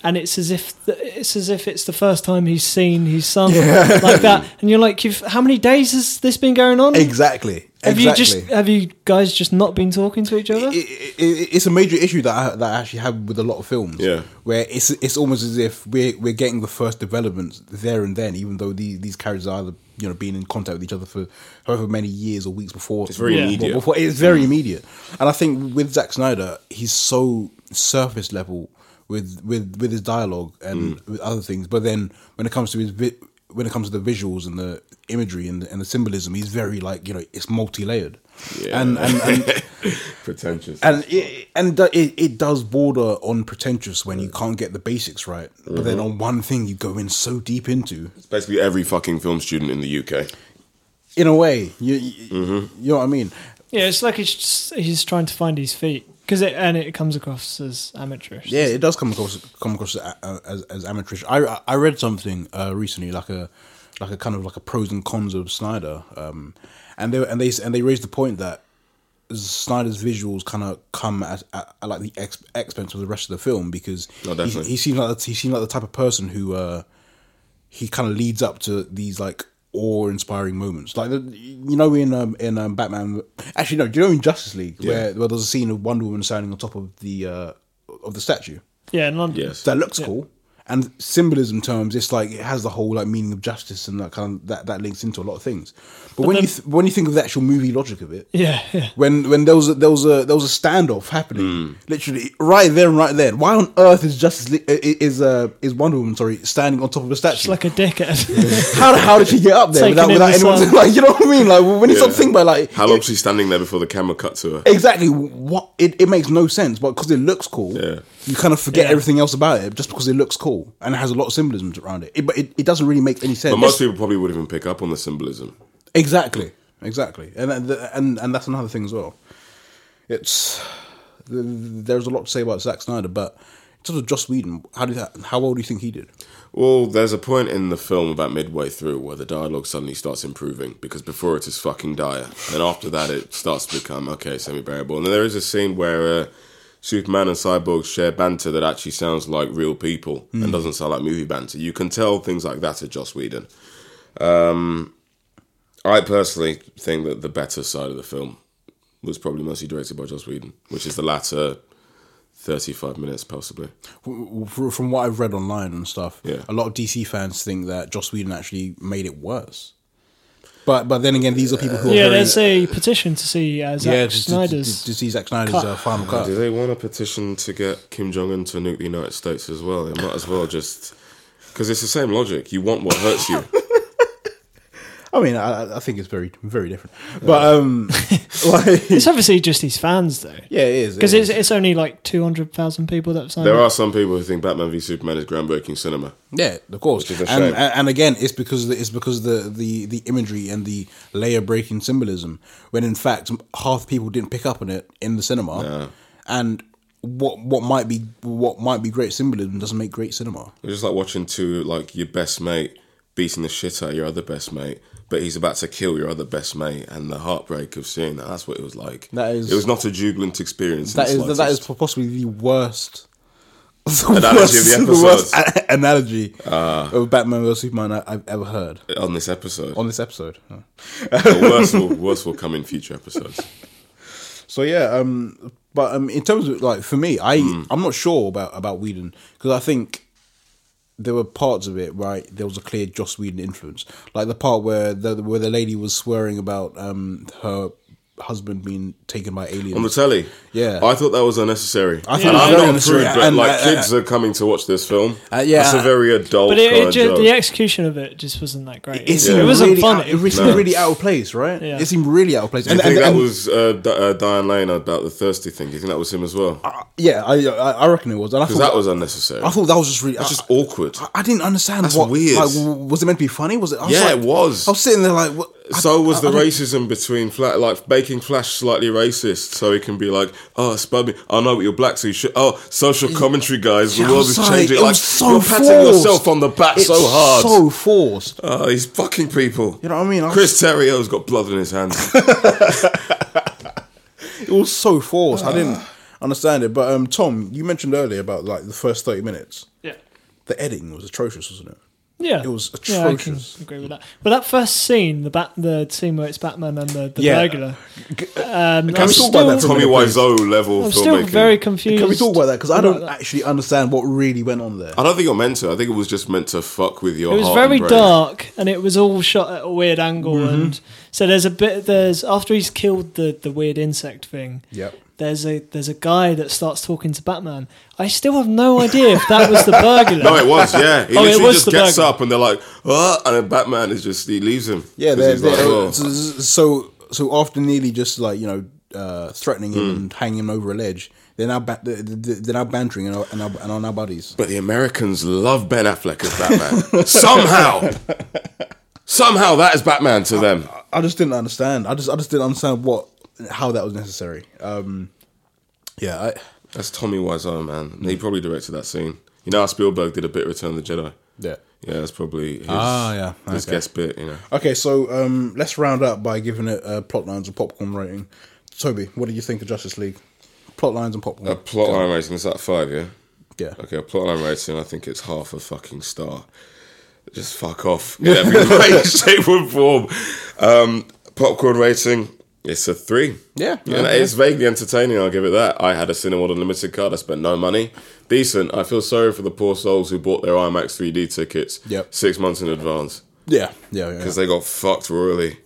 Speaker 3: And it's as if the, it's as if it's the first time he's seen his son like that, and you're like, you've, "How many days has this been going on?"
Speaker 1: exactly.
Speaker 3: Have
Speaker 1: exactly.
Speaker 3: you just have you guys just not been talking to each other?
Speaker 1: it, it, it's a major issue that I, that I actually have with a lot of films.
Speaker 2: Yeah.
Speaker 1: where it's it's almost as if we're we're getting the first developments there and then, even though these these characters are either you know being in contact with each other for however many years or weeks before. It's
Speaker 2: very
Speaker 3: Yeah.
Speaker 2: immediate. Mm.
Speaker 1: Before, it's very immediate, and I think with Zack Snyder, he's so surface level with with with his dialogue and
Speaker 2: Mm.
Speaker 1: with other things, but then when it comes to his vi- when it comes to the visuals and the imagery and the, and the symbolism, he's very like you know it's multi layered.
Speaker 2: Yeah.
Speaker 1: And, and, and
Speaker 2: pretentious.
Speaker 1: and it, and do- it, it does border on pretentious when you can't get the basics right but then
Speaker 2: Mm-hmm.
Speaker 1: on one thing you go in so deep into
Speaker 2: it's basically every fucking film student in the UK.
Speaker 1: in a way you, you,
Speaker 2: Mm-hmm.
Speaker 1: you know what i mean
Speaker 3: Yeah, it's like he's just, he's trying to find his feet because it and it comes across as amateurish.
Speaker 1: yeah it does come across come across a- a- as, as amateurish i i read something uh, recently like a like a kind of like a pros and cons of snyder um and they were- and they and they raised the point that Snyder's visuals kind of come at, at, at like the ex- expense of the rest of the film because
Speaker 2: Oh, definitely.
Speaker 1: he, he seemed like the, he seemed like the type of person who uh, he kind of leads up to these like awe-inspiring moments, like the, you know in um, in um, Batman. Actually, no, do you know in Justice League where, where there's a scene of Wonder Woman standing on top of the uh, of the statue
Speaker 3: yeah, in London.
Speaker 2: Yes.
Speaker 1: that looks cool. And symbolism terms, it's like it has the whole like meaning of justice and that kind of, that that links into a lot of things. But, when you th- when you think of the actual movie logic of it,
Speaker 3: Yeah, yeah.
Speaker 1: when when there was a, there was a there was a standoff happening,
Speaker 3: Hmm.
Speaker 1: literally right there and right then. Why on earth is Justice League, uh, is uh, is Wonder Woman sorry standing on top of a
Speaker 3: It's
Speaker 1: statue?
Speaker 3: like a dickhead.
Speaker 1: how the hell did she get up there
Speaker 3: Taking
Speaker 1: without,
Speaker 3: in
Speaker 1: without
Speaker 3: the
Speaker 1: anyone?
Speaker 3: sun.
Speaker 1: Like you know what I mean? Like when you start
Speaker 2: Yeah.
Speaker 1: thinking about like
Speaker 2: How long's she standing there before the camera cut to her?
Speaker 1: exactly what it, it makes no sense, but because it looks cool,
Speaker 2: Yeah.
Speaker 1: you kind of forget
Speaker 3: Yeah.
Speaker 1: everything else about it just because it looks cool and it has a lot of symbolism around it. it but it, it doesn't really make any sense.
Speaker 2: But most people probably wouldn't even pick up on the symbolism.
Speaker 1: Exactly, exactly, and and and, and that's another thing as well. It's th- there's a lot to say about Zack Snyder, but in terms of Joss Whedon, how did that? How well do you think he did?
Speaker 2: Well, there's a point in the film about midway through where the dialogue suddenly starts improving because before it is fucking dire. Then after that, it starts to become okay, semi bearable. And then there is a scene where uh, Superman and Cyborg share banter that actually sounds like real people and doesn't sound like movie banter. You can tell things like that are Joss Whedon. Um, I personally think that the better side of the film was probably mostly directed by Joss Whedon, which is the latter 35 minutes, possibly.
Speaker 1: W- w- From what I've read online and stuff,
Speaker 2: Yeah.
Speaker 1: a lot of DC fans think that Joss Whedon actually made it worse. But but then again, these are people who are
Speaker 3: yeah,
Speaker 1: very-
Speaker 3: there's a petition to see uh, Zack
Speaker 1: yeah, to- to-
Speaker 3: Snyder's.
Speaker 1: to, to see Zack Snyder's
Speaker 3: cut.
Speaker 1: uh, final
Speaker 2: Do
Speaker 1: cut.
Speaker 2: they want a petition to get Kim Jong Un to nuke the United States as well? They might as well just because it's the same logic. You want what hurts you.
Speaker 1: I mean, I, I- I think it's very very different, but um, like,
Speaker 3: it's obviously just his fans though,
Speaker 1: yeah, it is it
Speaker 3: because
Speaker 1: is.
Speaker 3: it's it's only like two hundred thousand people that have signed.
Speaker 2: There
Speaker 3: up.
Speaker 2: are some people who think Batman v Superman is groundbreaking cinema.
Speaker 1: Yeah, of course.
Speaker 2: Which is a
Speaker 1: and,
Speaker 2: shame.
Speaker 1: and and again, it's because it's because the the the imagery and the layer breaking symbolism. When in fact, half the people didn't pick up on it in the cinema, and what what might be what might be great symbolism doesn't make great cinema.
Speaker 2: It's just like watching two like your best mate beating the shit out of your other best mate, but he's about to kill your other best mate, and the heartbreak of seeing that. That's what it was like.
Speaker 1: That is-
Speaker 2: It was not a jubilant experience. in
Speaker 1: That
Speaker 2: the
Speaker 1: is that is
Speaker 2: slightest.
Speaker 1: possibly the worst. The
Speaker 2: Analogy of the
Speaker 1: worst
Speaker 2: episodes. Ah.
Speaker 1: a- analogy of Batman vs Superman I- I've ever heard
Speaker 2: on this episode.
Speaker 1: on this episode.
Speaker 2: the worst will, worst will come in future episodes.
Speaker 1: So yeah, um, but um, in terms of like for me, I
Speaker 2: Hmm.
Speaker 1: I'm not sure about about Whedon because I think there were parts of it right. There was a clear Joss Whedon influence, like the part where the where the lady was swearing about um her husband being taken by aliens.
Speaker 2: on the telly.
Speaker 1: Yeah.
Speaker 2: I thought that was unnecessary. I
Speaker 1: thought it was
Speaker 2: I'm
Speaker 1: very
Speaker 2: not
Speaker 1: unnecessary,
Speaker 2: prude, but
Speaker 1: and,
Speaker 2: like
Speaker 1: uh,
Speaker 2: kids are coming to watch this film.
Speaker 1: Uh, yeah,
Speaker 2: that's a
Speaker 1: uh,
Speaker 2: very adult.
Speaker 3: but it,
Speaker 2: kind
Speaker 3: it
Speaker 2: of
Speaker 3: ju-
Speaker 2: joke.
Speaker 3: the execution of it just wasn't that great.
Speaker 1: it seemed
Speaker 3: It wasn't
Speaker 1: really
Speaker 3: funny.
Speaker 1: Out, it seemed
Speaker 2: No.
Speaker 1: really out of place, right?
Speaker 3: Yeah.
Speaker 1: It seemed really out of place.
Speaker 2: Do you think that was uh, D- uh, Diane Lane about the thirsty thing? Do you think that was him as well? Because
Speaker 1: uh, yeah, I I I reckon it was, and I thought
Speaker 2: that was unnecessary.
Speaker 1: I thought that was just really
Speaker 2: That's
Speaker 1: I-
Speaker 2: just awkward.
Speaker 1: I, I didn't understand
Speaker 2: That's
Speaker 1: what
Speaker 2: weird.
Speaker 1: Like, w- was it meant to be funny? Was it? I was
Speaker 2: Yeah,
Speaker 1: like-
Speaker 2: it was.
Speaker 1: I was sitting there like, what? I-
Speaker 2: so was
Speaker 1: I-
Speaker 2: the
Speaker 1: I don't-
Speaker 2: racism between flat, like making Flash slightly racist, so he can be like, "Oh, spud me. I know, but you're black, so you should." Oh, social commentary, guys. The
Speaker 1: Yeah, I
Speaker 2: world
Speaker 1: was
Speaker 2: is
Speaker 1: like-
Speaker 2: changing.
Speaker 1: it
Speaker 2: Like
Speaker 1: was so
Speaker 2: you're patting
Speaker 1: forced.
Speaker 2: yourself on the back
Speaker 1: It's
Speaker 2: so hard.
Speaker 1: so forced.
Speaker 2: Oh, he's fucking people.
Speaker 1: You know what I mean? I was-
Speaker 2: Chris Terrio's got blood in his hands.
Speaker 1: It was so forced. I didn't understand it. But um, Tom, you mentioned earlier about like the first thirty minutes.
Speaker 3: yeah.
Speaker 1: The editing was atrocious, wasn't it?
Speaker 3: Yeah,
Speaker 1: It was
Speaker 3: Yeah, I can
Speaker 1: atrocious.
Speaker 3: agree with that. But that first scene, the bat, the scene where it's Batman and the, the
Speaker 1: Yeah.
Speaker 3: burglar. Um,
Speaker 1: Can
Speaker 3: I'm
Speaker 1: we talk about
Speaker 3: still,
Speaker 1: that for a
Speaker 2: Tommy
Speaker 1: minute, please?
Speaker 2: Wiseau level
Speaker 3: I'm
Speaker 2: filmmaking.
Speaker 3: still very confused.
Speaker 1: Can we talk about that? Because I don't
Speaker 3: about that.
Speaker 1: actually understand what really went on there.
Speaker 2: I don't think you're meant to. I think it was just meant to fuck with your.
Speaker 3: It was
Speaker 1: Oh,
Speaker 2: heart
Speaker 3: very
Speaker 2: and brain.
Speaker 3: dark, and it was all shot at a weird angle.
Speaker 1: Mm-hmm.
Speaker 3: And so there's a bit. There's after he's killed the the weird insect thing.
Speaker 1: Yep.
Speaker 3: There's a there's a guy that starts talking to Batman. I still have no idea if that was the burglar.
Speaker 2: No, it was. Yeah, he
Speaker 3: Oh, it
Speaker 2: literally
Speaker 3: was
Speaker 2: just
Speaker 3: the
Speaker 2: gets
Speaker 3: burger.
Speaker 2: up and they're like, "Ah," and then Batman is just he leaves him.
Speaker 1: Yeah,
Speaker 2: 'Cause
Speaker 1: they're,
Speaker 2: he's like,
Speaker 1: they're-
Speaker 2: "Oh."
Speaker 1: uh, so so so after nearly just like you know uh, threatening him and hanging him over a ledge, they're now ba- they're, they're now bantering and are, and, are, and are now buddies.
Speaker 2: But the Americans love Ben Affleck as Batman. Somehow. Somehow that is Batman to them.
Speaker 1: I just didn't understand. I just I just didn't understand what how that was necessary. Um, yeah, I,
Speaker 2: That's Tommy Wiseau, man.
Speaker 1: Hmm.
Speaker 2: He probably directed that scene. You know how Spielberg did a bit of Return of the Jedi?
Speaker 1: yeah.
Speaker 2: Yeah, that's probably his,
Speaker 1: Ah, yeah.
Speaker 2: his
Speaker 1: Okay.
Speaker 2: guest bit, you know.
Speaker 1: Okay, so um, let's round up by giving it uh, plot lines and popcorn rating. Toby, what do you think of Justice League? Plot lines and popcorn.
Speaker 2: A plot line rating, is that five, yeah?
Speaker 1: yeah.
Speaker 2: Okay, a plot line rating, I think it's half a fucking star. Just fuck off. In every way, shape, or form. Um, popcorn rating, it's a three.
Speaker 1: Yeah.
Speaker 2: You know,
Speaker 1: Yeah.
Speaker 2: It's vaguely entertaining, I'll give it that. I had a Cineworld Unlimited card, I spent no money. Decent. I feel sorry for the poor souls who bought their IMAX 3D tickets
Speaker 1: Yep.
Speaker 2: six months in advance
Speaker 1: Yeah, yeah, yeah.
Speaker 2: because they got fucked royally.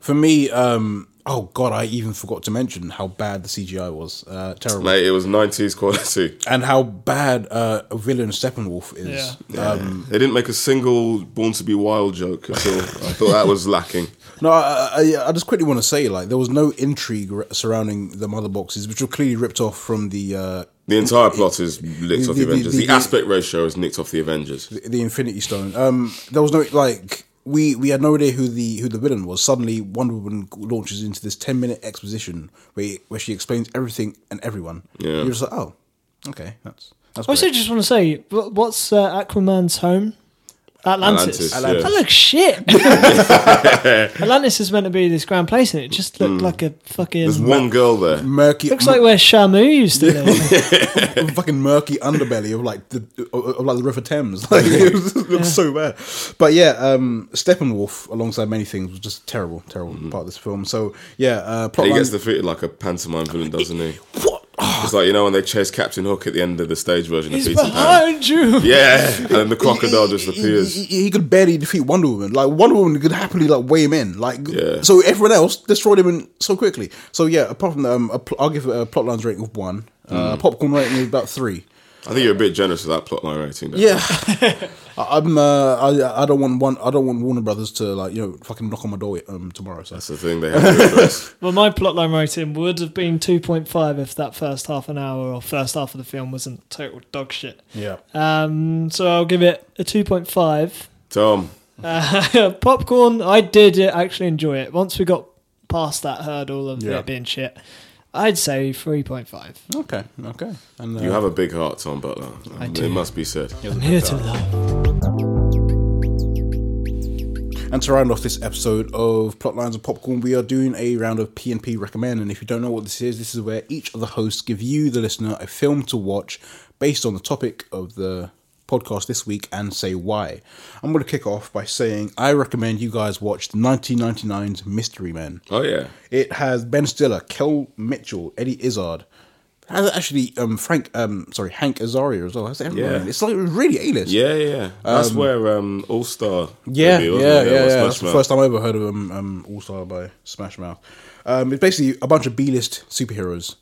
Speaker 1: For me, um, oh god, I even forgot to mention how bad the CGI was. Uh, terrible.
Speaker 2: Mate, it was 90s quality.
Speaker 1: And how bad uh, villain Steppenwolf is. Um,
Speaker 2: They didn't make a single Born to Be Wild joke at all. I thought that was lacking.
Speaker 1: No, I, I, I just quickly want to say, like, there was no intrigue r- surrounding the mother boxes, which were clearly ripped off from the uh,
Speaker 2: The entire plot is licked off
Speaker 1: the-
Speaker 2: the
Speaker 1: the-
Speaker 2: Avengers.
Speaker 1: the-
Speaker 2: The aspect ratio is nicked off the Avengers.
Speaker 1: the Infinity Stone. Um, there was no like we we had no idea who the who the villain was. Suddenly, Wonder Woman launches into this ten minute exposition where where she explains everything and everyone.
Speaker 2: Yeah.
Speaker 1: you're just like, oh, okay, that's that's.
Speaker 3: I also
Speaker 1: great.
Speaker 3: just want to say, wh- what's uh, Aquaman's home? Atlantis.
Speaker 2: Atlantis, Atlantis.
Speaker 3: That looks shit. Atlantis is meant to be this grand place, and it just
Speaker 1: Hmm.
Speaker 3: looked like a
Speaker 2: There's
Speaker 3: fucking.
Speaker 2: one girl there.
Speaker 1: murky,
Speaker 3: Looks like where Shamu used to live.
Speaker 1: m- fucking murky underbelly of like the of, of, like the River Thames. Like, it was- it looks so bad. But yeah, um, Steppenwolf, alongside many things, was just terrible, terrible part of this film. So yeah, uh, plot
Speaker 2: Mm-hmm. He
Speaker 1: line-
Speaker 2: gets defeated like a pantomime villain, doesn't he?
Speaker 1: what?
Speaker 2: It's like you know when they chase Captain Hook at the end of the stage version
Speaker 3: He's
Speaker 2: of Peter Pan.
Speaker 3: behind you.
Speaker 2: Yeah, and then the crocodile just
Speaker 1: Ah, He- he-
Speaker 2: appears.
Speaker 1: He, he could barely defeat Wonder Woman. Like Wonder Woman could happily like weigh him in. Like
Speaker 2: Yeah.
Speaker 1: so, everyone else destroyed him in so quickly. So yeah, apart from that, um, a pl- I'll give it a plot lines rating of one. Uh,
Speaker 2: Mm.
Speaker 1: popcorn rating is about three.
Speaker 2: I think you're a bit generous with that plotline rating. Though.
Speaker 1: Yeah, I, I'm. Uh, I I don't want one. I don't want Warner Brothers to like you know fucking knock on my door um, tomorrow. So
Speaker 2: that's the thing they have to address.
Speaker 3: Well, my plotline rating would have been 2.5 if that first half an hour or first half of the film wasn't total dog shit.
Speaker 1: yeah,
Speaker 3: Um, so I'll give it a 2.5.
Speaker 2: Tom,
Speaker 3: Uh, popcorn, I did actually enjoy it. Once we got past that hurdle of
Speaker 1: Yeah.
Speaker 3: it being shit, I'd say 3.5.
Speaker 1: okay, okay. And uh,
Speaker 2: you have a big heart, Tom Butler.
Speaker 3: I
Speaker 2: it
Speaker 3: do.
Speaker 2: must be said.
Speaker 3: I'm here to love.
Speaker 1: And to round off this episode of Plotlines and Popcorn, we are doing a round of P&P Recommend. And if you don't know what this is, this is where each of the hosts give you, the listener, a film to watch based on the topic of the podcast this week and say why. I'm going to kick off by saying I recommend you guys watch 1999's Mystery Men.
Speaker 2: Oh yeah,
Speaker 1: It has Ben Stiller, Kel Mitchell, Eddie Izzard. Has actually um, Frank, um, sorry, Hank Azaria as well. Has everyone.
Speaker 2: Yeah.
Speaker 1: It's like really A-list.
Speaker 2: yeah, yeah. That's where um, All Star.
Speaker 1: Yeah, yeah,
Speaker 2: wasn't
Speaker 1: yeah,
Speaker 2: it?
Speaker 1: yeah.
Speaker 2: was
Speaker 1: That's
Speaker 2: Smash
Speaker 1: the
Speaker 2: Mouth.
Speaker 1: first time I ever heard of um, um, All Star by Smash Mouth. Um, it's basically a bunch of B-list superheroes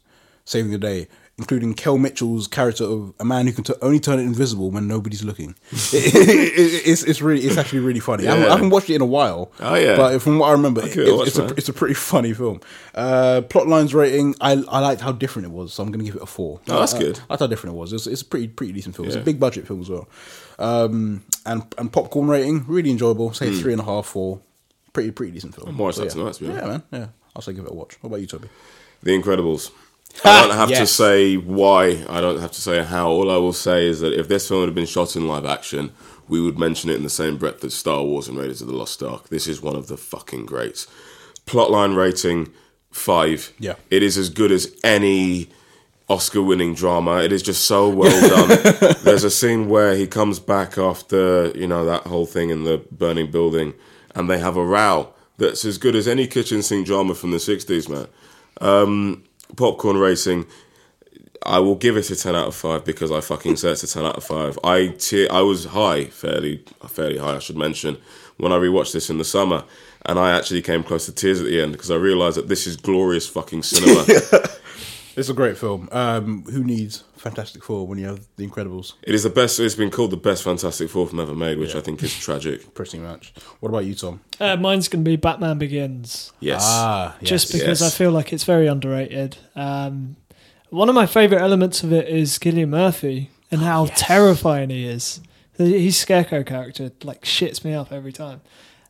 Speaker 1: saving the day, including Kel Mitchell's character of a man who can t- only turn it invisible when nobody's looking. It- it- it's, it's really, it's actually really funny. I, haven't, I
Speaker 2: Yeah.
Speaker 1: haven't watched it in a while.
Speaker 2: Oh, yeah.
Speaker 1: but from what I remember,
Speaker 2: give it
Speaker 1: it-
Speaker 2: a watch,
Speaker 1: it's, a,
Speaker 2: man.
Speaker 1: it's a pretty funny film. Uh, plot lines rating, I, I liked how different it was, so I'm going to give it a four.
Speaker 2: Oh, that's
Speaker 1: I-
Speaker 2: good.
Speaker 1: I, I thought different it was. It's, it's a pretty pretty decent film. It's a
Speaker 2: Yeah.
Speaker 1: big budget film as well. Um, and and popcorn rating really enjoyable. Say three and a half, four. Pretty pretty decent film.
Speaker 2: Hmm. More so
Speaker 1: yeah.
Speaker 2: tonight, to be honest.
Speaker 1: Yeah, man. Yeah, I'll say give it a watch. What about you, Toby?
Speaker 2: The Incredibles. I don't have to
Speaker 1: Yes.
Speaker 2: say why. I don't have to say how. All I will say is that if this film had been shot in live action, we would mention it in the same breath that Star Wars and Raiders of the Lost Ark. This is one of the fucking greats. Plotline rating five.
Speaker 1: Yeah.
Speaker 2: it is as good as any Oscar-winning drama. It is just so well done. There's a scene where he comes back after you know that whole thing in the burning building, and they have a row that's as good as any kitchen sink drama from the '60s, man Um, popcorn racing i will give it a 10 out of 5 because i fucking said it's a 10 out of 5 i te- i was high fairly fairly high i should mention when i rewatched this in the summer and i actually came close to tears at the end because i realized that this is glorious fucking cinema
Speaker 1: It's a great film. Um, who needs Fantastic Four when you have The Incredibles?
Speaker 2: It is the best. It's been called the best Fantastic Four film ever made, which I think is tragic.
Speaker 1: Pretty much. What about you, Tom?
Speaker 3: Uh, mine's going to be Batman Begins,
Speaker 2: Yes.
Speaker 1: Ah, yes.
Speaker 3: just because
Speaker 2: Yes.
Speaker 3: I feel like it's very underrated. Um, one of my favorite elements of it is Gillian Murphy and how terrifying he is. The- His scarecrow character like shits me up every time.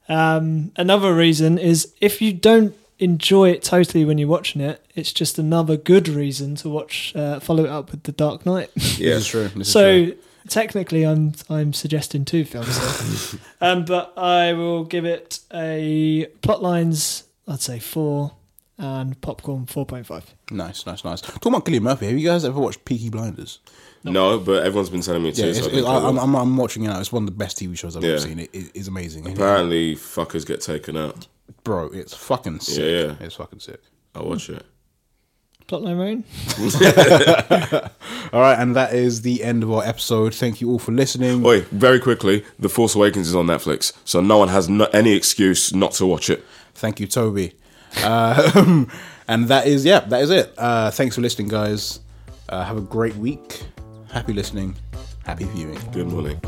Speaker 3: Um, another reason is if you don't enjoy it totally when you're watching it, it's just another good reason to watch. Uh, follow it up with The Dark Knight.
Speaker 1: This
Speaker 2: yeah.
Speaker 1: is true. This is
Speaker 3: so
Speaker 1: true.
Speaker 3: technically, I'm I'm suggesting two films, here. um, but I will give it a plot lines. I'd say four and popcorn four point five.
Speaker 1: nice, nice, nice. Talking about Killian Murphy, have you guys ever watched Peaky Blinders?
Speaker 2: No, but everyone's been telling me to.
Speaker 1: Yeah,
Speaker 2: so
Speaker 1: it's,
Speaker 2: I think
Speaker 1: it's,
Speaker 2: I
Speaker 1: I,
Speaker 2: will.
Speaker 1: I'm, I'm, I'm watching it now. It's one of the best TV shows I've
Speaker 2: Yeah.
Speaker 1: ever seen. It, it- it's amazing. And it-
Speaker 2: Apparently, fuckers get taken out.
Speaker 1: bro, it's fucking sick.
Speaker 2: Yeah, yeah.
Speaker 1: It's fucking sick.
Speaker 2: I watch it.
Speaker 3: Plotline Rain.
Speaker 1: All right, and that is the end of our episode. Thank you all for listening.
Speaker 2: Oi, very quickly, The Force Awakens is on Netflix, so no one has no, any excuse not to watch it.
Speaker 1: Thank you, Toby. Uh, and that is, yeah, that is it. Uh, thanks for listening, guys. Uh, have a great week. Happy listening. Happy viewing.
Speaker 2: Good morning.